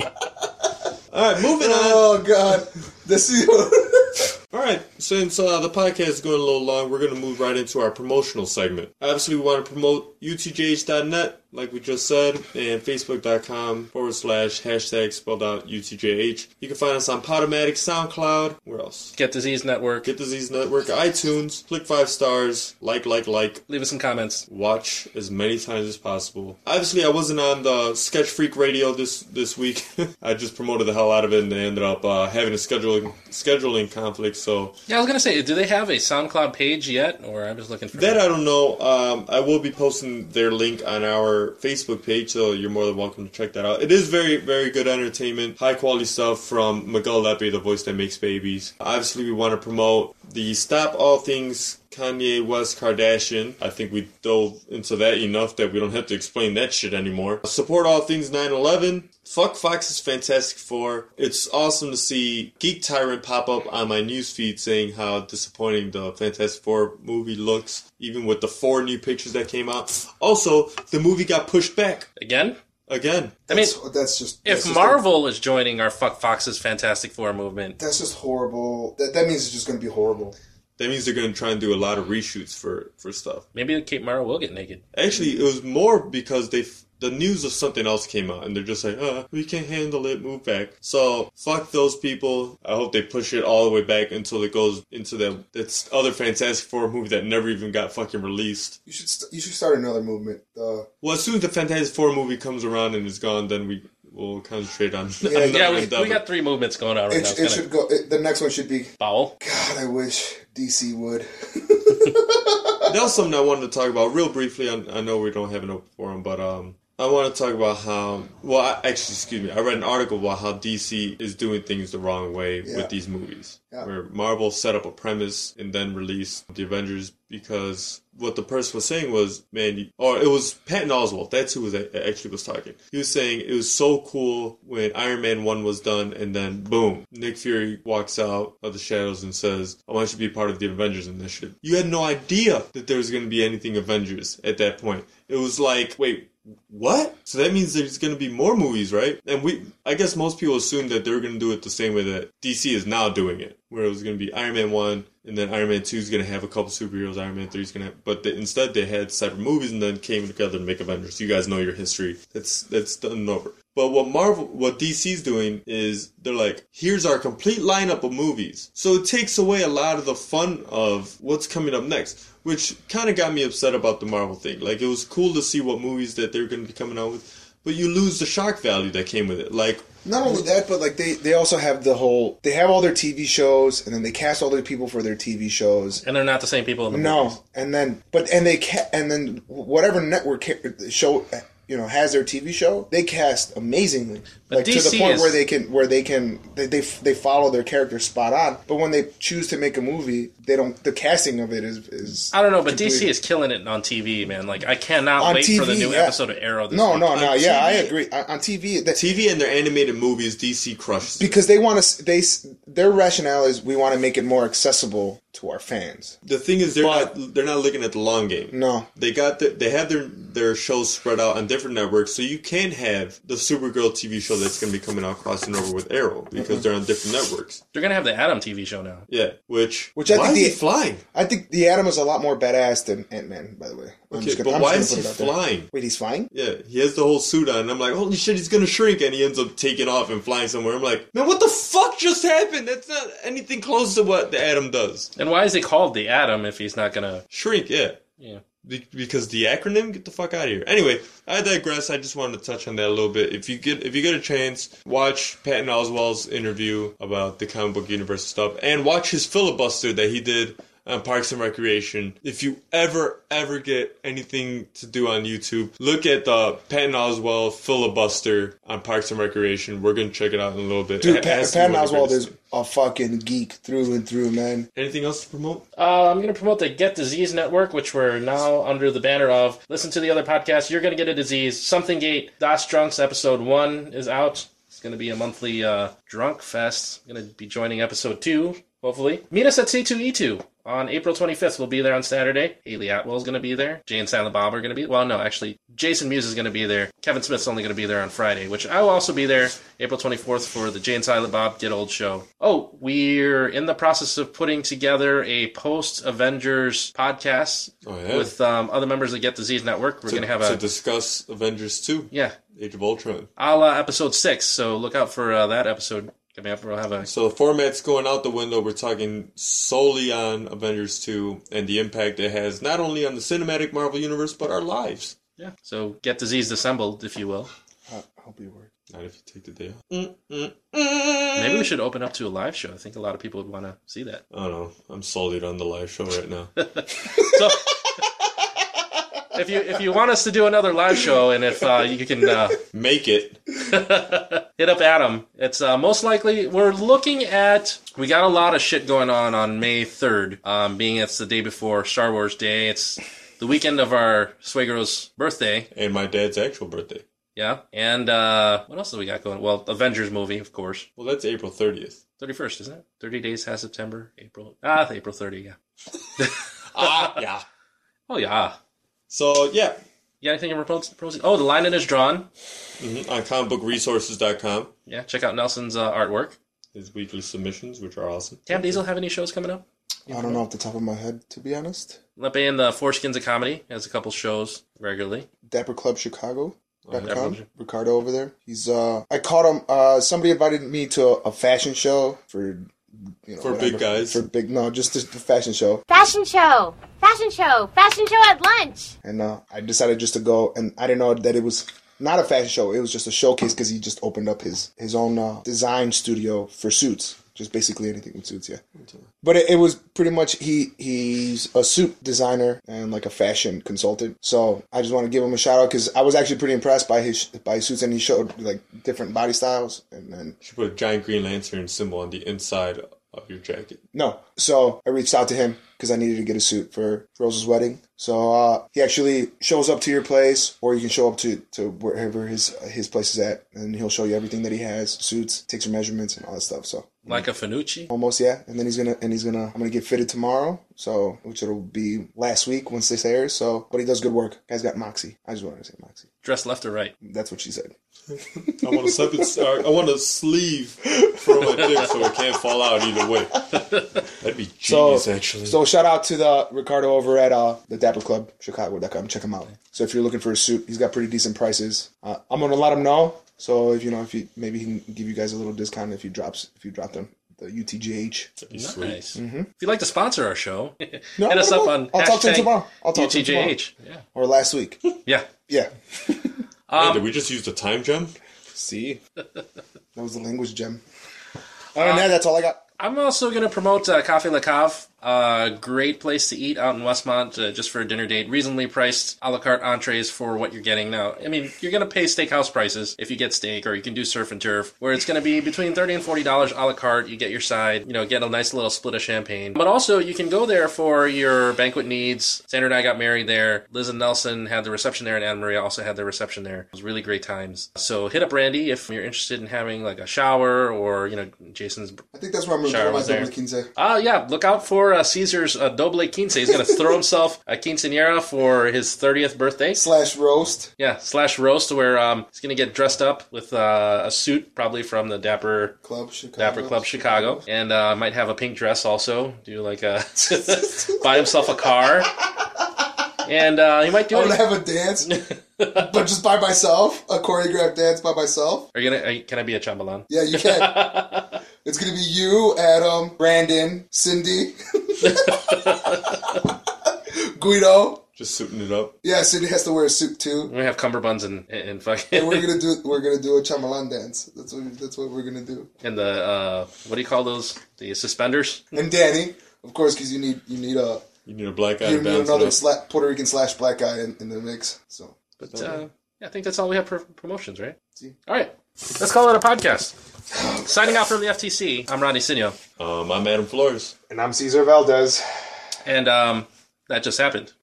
Speaker 3: All right, moving on.
Speaker 2: Oh God, this is.
Speaker 3: All right, since uh, the podcast is going a little long, we're going to move right into our promotional segment. Obviously, we want to promote utjh.net, like we just said, and facebook.com forward slash hashtag spelled out utjh. You can find us on Podomatic, SoundCloud, where else?
Speaker 1: Get the Cheese Network.
Speaker 3: Get Disease Network, iTunes, click five stars, like, like, like,
Speaker 1: Leave us some comments.
Speaker 3: watch as many times as possible. Obviously, I wasn't on the Sketch Freak Radio this this week. I just promoted the hell out of it, and they ended up uh, having a scheduling scheduling conflict, so
Speaker 1: Yeah, I was gonna say, do they have a SoundCloud page yet? Or I'm just looking for
Speaker 3: That uh, I don't know. Um, I will be posting their link on our Facebook page, so you're more than welcome to check that out. It is very, very good entertainment, high quality stuff from Miguel Lepe, the voice that makes babies. Obviously, we want to promote the Stop All Things Kanye West Kardashian. I think we dove into that enough that we don't have to explain that shit anymore. Support All Things 9 11. Fuck Fox is Fantastic Four. It's awesome to see Geek Tyrant pop up on my newsfeed saying how disappointing the Fantastic Four movie looks, even with the four new pictures that came out. Also, the movie got pushed back
Speaker 1: again.
Speaker 3: again.
Speaker 1: I mean,
Speaker 2: that's just that's
Speaker 1: if
Speaker 2: just
Speaker 1: Marvel is joining our Fuck Fox's Fantastic Four movement,
Speaker 2: that's just horrible. That that means it's just gonna be horrible.
Speaker 3: That means they're going to try and do a lot of reshoots for, for stuff.
Speaker 1: maybe Kate Mara will get naked.
Speaker 3: Actually, it was more because they f- the news of something else came out, and they're just like, uh, we can't handle it, move back. So fuck those people. I hope they push it all the way back until it goes into that that other Fantastic Four movie that never even got fucking released.
Speaker 2: You should st- you should start another movement. Uh,
Speaker 3: Well, as soon as the Fantastic Four movie comes around and is gone, then we will concentrate on.
Speaker 2: Yeah,
Speaker 3: another
Speaker 1: Yeah, we,
Speaker 3: endeavor.
Speaker 1: we got three movements going on right
Speaker 2: it,
Speaker 1: now.
Speaker 2: sh-
Speaker 1: It's
Speaker 2: it
Speaker 1: kinda
Speaker 2: should go. It, the next one should be.
Speaker 1: foul.
Speaker 2: God, I wish DC would.
Speaker 3: that was something I wanted to talk about real briefly. I, I know we don't have an open forum, but um, I want to talk about how. Well, I, actually, excuse me. I read an article about how DC is doing things the wrong way
Speaker 2: Yeah.
Speaker 3: with these movies,
Speaker 2: Yeah.
Speaker 3: where Marvel set up a premise and then released the Avengers because what the person was saying was, man, you- or it was Patton Oswalt. That's who was a- actually was talking. He was saying it was so cool when Iron Man one was done, and then boom, Nick Fury walks out of the shadows and says, "I want you to be part of the Avengers initiative." You had no idea that there was going to be anything Avengers at that point. It was like, wait. What? So that means there's going to be more movies, right? And we, I guess most people assumed that they were going to do it the same way that DC is now doing it, where it was going to be Iron Man 1, and then Iron Man 2 is going to have a couple superheroes, Iron Man 3 is going to have, but they, instead they had separate movies and then came together to make Avengers. You guys know your history. That's, that's done and over. But what Marvel, what DC's doing is they're like, here's our complete lineup of movies. So it takes away a lot of the fun of what's coming up next, which kind of got me upset about the Marvel thing. Like, it was cool to see what movies that they're going to be coming out with, but you lose the shock value that came with it. Like,
Speaker 2: Not only that, but like they they also have the whole. They have all their TV shows, and then they cast all their people for their TV shows.
Speaker 1: And they're not the same people in the movies.
Speaker 2: No, and then but and they ca- and then whatever network ca- show you know has their TV show, they cast amazingly.
Speaker 1: But
Speaker 2: like to
Speaker 1: DC
Speaker 2: the point
Speaker 1: is-
Speaker 2: where they can where they can they, they they follow their character spot on. But when they choose to make a movie, they don't. The casting of it is is
Speaker 1: I don't know, but DC
Speaker 2: completely-
Speaker 1: is killing it on TV, man. Like I cannot
Speaker 2: On
Speaker 1: wait for the
Speaker 2: TV,
Speaker 1: new
Speaker 2: yeah.
Speaker 1: episode of Arrow. This
Speaker 2: no
Speaker 1: week.
Speaker 2: no no
Speaker 3: on
Speaker 2: yeah I
Speaker 3: TV.
Speaker 2: agree on, on TV that
Speaker 3: TV and their animated movies, DC crushes. it.
Speaker 2: because they want to they s- their rationale is we want to make it more accessible to our fans.
Speaker 3: The thing is, they're
Speaker 2: But-
Speaker 3: not they're not looking at the long game.
Speaker 2: No.
Speaker 3: they got the, they have their their shows spread out on different networks, so you can have the Supergirl TV show that's going to be coming out crossing over with Arrow because
Speaker 2: Mm-hmm.
Speaker 3: they're on different networks.
Speaker 1: They're gonna have the Adam TV show now.
Speaker 3: Yeah, which
Speaker 2: Which I
Speaker 3: why
Speaker 2: think
Speaker 3: is
Speaker 2: the-
Speaker 3: he flying?
Speaker 2: I think the Atom is a lot more badass than Ant Man. By the way, I'm
Speaker 3: Okay,
Speaker 2: just gonna-
Speaker 3: but
Speaker 2: I'm
Speaker 3: why
Speaker 2: just
Speaker 3: is
Speaker 2: gonna put
Speaker 3: he
Speaker 2: it out there.
Speaker 3: flying?
Speaker 2: Wait, he's flying.
Speaker 3: Yeah, he has the whole suit on, and I'm like, holy shit, he's gonna shrink, and he ends up taking off and flying somewhere. I'm like, man, what the fuck just happened? That's not anything close to what the Atom does.
Speaker 1: And why is he called the Atom if he's not gonna?
Speaker 3: Shrink, yeah.
Speaker 1: Yeah.
Speaker 3: Be- because the acronym get the fuck out of here anyway i digress i just wanted to touch on that a little bit if you get if you get a chance watch patton oswald's interview about the comic book universe stuff and watch his filibuster that he did on parks and recreation if you ever ever get anything to do on youtube look at the patton oswald filibuster on parks and recreation we're gonna check it out in a little bit
Speaker 2: Dude,
Speaker 3: It
Speaker 2: Pat,
Speaker 3: has to be
Speaker 2: Patton
Speaker 3: one of the
Speaker 2: Oswald
Speaker 3: greatest.
Speaker 2: is a fucking geek through and through, man.
Speaker 3: anything else to promote
Speaker 1: Uh, I'm gonna promote the Get Disease Network, which we're now under the banner of. Listen to the other podcasts. You're gonna get a disease. Something Gate. Das Drunks episode one is out. It's gonna be a monthly uh, drunk fest. I'm gonna be joining episode two, hopefully. Meet us at C2E2 on April 25th. We'll be there on Saturday. Haley Atwell's gonna be there. Jay and Silent Bob are gonna be. Well, no, actually, Jason Muse is gonna be there. Kevin Smith's only gonna be there on Friday, which I will also be there April 24th for the Jay and Silent Bob Get Old show. Oh, we're in the process of putting together a post Avengers podcast
Speaker 3: Oh, yeah.
Speaker 1: with um, other members of Get Disease Network. We're
Speaker 3: to,
Speaker 1: gonna have
Speaker 3: to
Speaker 1: a
Speaker 3: discuss avengers 2
Speaker 1: yeah,
Speaker 3: age of ultron
Speaker 1: a la episode six. So look out for uh, that episode coming up. We'll have a
Speaker 3: So the format's going out the window. We're talking solely on Avengers 2 and the impact it has not only on the cinematic Marvel universe but our lives.
Speaker 1: yeah. So get diseased assembled, if you will.
Speaker 2: I I hope he works.
Speaker 3: Not if you take the day off.
Speaker 1: Maybe we should open up to a live show. I think a lot of people would want to see that.
Speaker 3: I don't know. I'm solely on the live show right now.
Speaker 1: So if you if you want us to do another live show, and if uh, you can uh,
Speaker 3: Make it.
Speaker 1: hit up Adam, it's uh, most likely we're looking at. We got a lot of shit going on on May third, um, being it's the day before Star Wars Day. It's the weekend of our Swagro's birthday.
Speaker 3: And my dad's actual birthday.
Speaker 1: Yeah, and uh, what else do we got going? Well, Avengers movie, of course.
Speaker 3: Well, that's April 30th.
Speaker 1: Thirty first, isn't it? Thirty days has September, April. Ah, April thirty. Yeah.
Speaker 3: ah, yeah.
Speaker 1: Oh yeah.
Speaker 3: So, yeah.
Speaker 1: You got anything in proposing? Oh, the line in is drawn.
Speaker 3: mhm, On comicbookresources.com
Speaker 1: Yeah, check out Nelson's uh, artwork.
Speaker 3: is weekly submissions, which are awesome.
Speaker 1: Tam Diesel have any shows coming up?
Speaker 2: I don't know off the top of my head, to be honest.
Speaker 1: Lepe and the Four Skins of Comedy has a couple shows regularly.
Speaker 2: Dapper Club Chicago.
Speaker 3: Oh,
Speaker 1: Dapper Club.
Speaker 2: Ricardo over there. He's uh I caught him uh somebody invited me to a, a fashion show for you know
Speaker 3: For big guys.
Speaker 2: For big no, just the fashion show.
Speaker 7: Fashion show! Fashion show! Fashion show at lunch!
Speaker 2: And uh I decided just to go and I didn't know that it was not a fashion show. It was just a showcase cuz he just opened up his his own uh, design studio for suits. Just basically anything with suits, yeah. But it, it was pretty much he he's a suit designer and like a fashion consultant. So I just want to give him a shout out because I was actually pretty impressed by his by his suits and he showed like different body styles and then
Speaker 3: You should put a giant Green Lantern symbol on the inside of your jacket.
Speaker 2: no. So I reached out to him because I needed to get a suit for Rose's wedding. So uh, he actually shows up to your place, or you can show up to, to wherever his his place is at, and he'll show you everything that he has, suits, takes your measurements, and all that stuff. So
Speaker 1: Like a
Speaker 2: Mm-hmm.
Speaker 1: Fanucci.
Speaker 2: almost yeah, and then he's gonna and he's gonna I'm gonna get fitted tomorrow. So which it'll be last week once this airs. So but he does good work. Guy's got moxie. I just wanted to say moxie.
Speaker 1: Dress left or right.
Speaker 2: That's what she said.
Speaker 3: I want a slip uh, I want a sleeve for my dick so it can't fall out either way. That'd be genius, actually.
Speaker 2: So shout out to the Ricardo over at uh, the Dapper Club Chicago.com. Check him out. So if you're looking for a suit, he's got pretty decent prices. Uh, I'm gonna let him know. So if you know if you maybe he can give you guys a little discount if you drops if you drop them the UTGH.
Speaker 3: That'd be sweet.
Speaker 1: Nice. If you'd like to sponsor our show, hit
Speaker 2: Mm-hmm. No,
Speaker 1: us up
Speaker 2: what
Speaker 1: on
Speaker 2: about- I'll talk to him
Speaker 1: hashtag
Speaker 2: tomorrow. I'll talk to him tomorrow.
Speaker 1: UTJH.
Speaker 2: Or last week.
Speaker 1: Yeah.
Speaker 2: Yeah. um,
Speaker 3: Hey, did we just use the time gem?
Speaker 2: See, that was the language gem. Other than that, that's all I got.
Speaker 1: I'm also going to promote uh, Coffee La Cave Uh, great place to eat out in Westmont uh, just for a dinner date. Reasonably priced a la carte entrees for what you're getting now. I mean, you're going to pay steakhouse prices if you get steak, or you can do surf and turf, where it's going to be between $30 and $40 a la carte. You get your side, you know, get a nice little split of champagne. But also, you can go there for your banquet needs. Sandra and I got married there. Liz and Nelson had the reception there, and Anna Maria also had their reception there. It was really great times. So hit up Randy if you're interested in having like a shower or, you know, Jason's
Speaker 2: I think that's where I'm going
Speaker 1: Shower
Speaker 2: to my
Speaker 1: was there.
Speaker 2: double quince.
Speaker 1: Ah, yeah. Look out for uh, Caesar's uh, doble quince. He's going to throw himself a quinceanera for his 30th birthday.
Speaker 2: Slash roast.
Speaker 1: Yeah, slash roast, where um, he's going to get dressed up with uh, a suit, probably from the Dapper
Speaker 2: Club Chicago.
Speaker 1: Dapper Club Chicago, and uh, might have a pink dress also. Do like a buy himself a car, and uh, he might do.
Speaker 2: I'm
Speaker 1: it.
Speaker 2: gonna have a dance, but just by myself, a choreographed dance by myself.
Speaker 1: Are you gonna? Are you, can I be a chambalan?
Speaker 2: Yeah, you can. it's gonna be you, Adam, Brandon, Cindy, Guido.
Speaker 3: Just suiting it up.
Speaker 2: Yeah, Cindy has to wear a suit too.
Speaker 1: We're gonna have cummerbunds and and
Speaker 2: And we're
Speaker 1: fucking
Speaker 2: gonna do we're gonna do a chamalan dance. That's what that's what we're gonna do.
Speaker 1: and the uh, what do you call those? The suspenders.
Speaker 2: And Danny, of course, because you need you need a
Speaker 3: You need a black guy
Speaker 2: you
Speaker 3: to
Speaker 2: need
Speaker 3: balance
Speaker 2: another
Speaker 3: it
Speaker 2: sla- Puerto Rican slash black guy in, in the mix. So
Speaker 1: But uh, yeah, I think that's all we have for promotions, right?
Speaker 2: See.
Speaker 1: All right, let's call it a podcast. Signing out from the FTC, I'm Ronnie Sinio,
Speaker 3: up. Um, I'm Adam Flores.
Speaker 2: and I'm Cesar Valdez.
Speaker 1: and um, that just happened.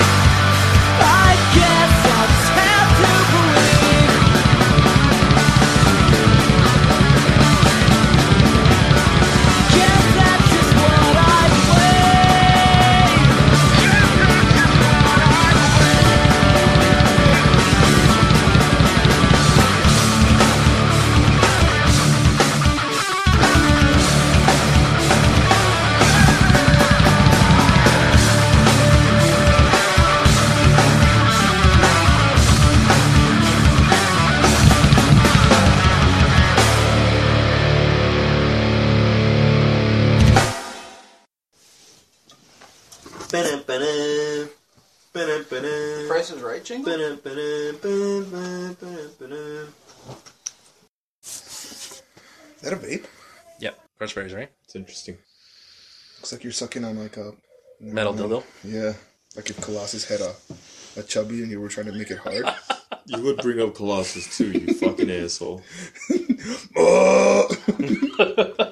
Speaker 8: I guess I just have to believe Guess that's just what I play.
Speaker 9: Price is Right jingle?
Speaker 2: Is that a vape?
Speaker 1: Yep, Crunchberries, right?
Speaker 3: It's interesting.
Speaker 2: Looks like you're sucking on like a
Speaker 1: Metal dildo.
Speaker 2: yeah, like if Colossus had a a chubby and you were trying to make it hard.
Speaker 3: You would bring up Colossus too, you fucking asshole.
Speaker 2: Oh!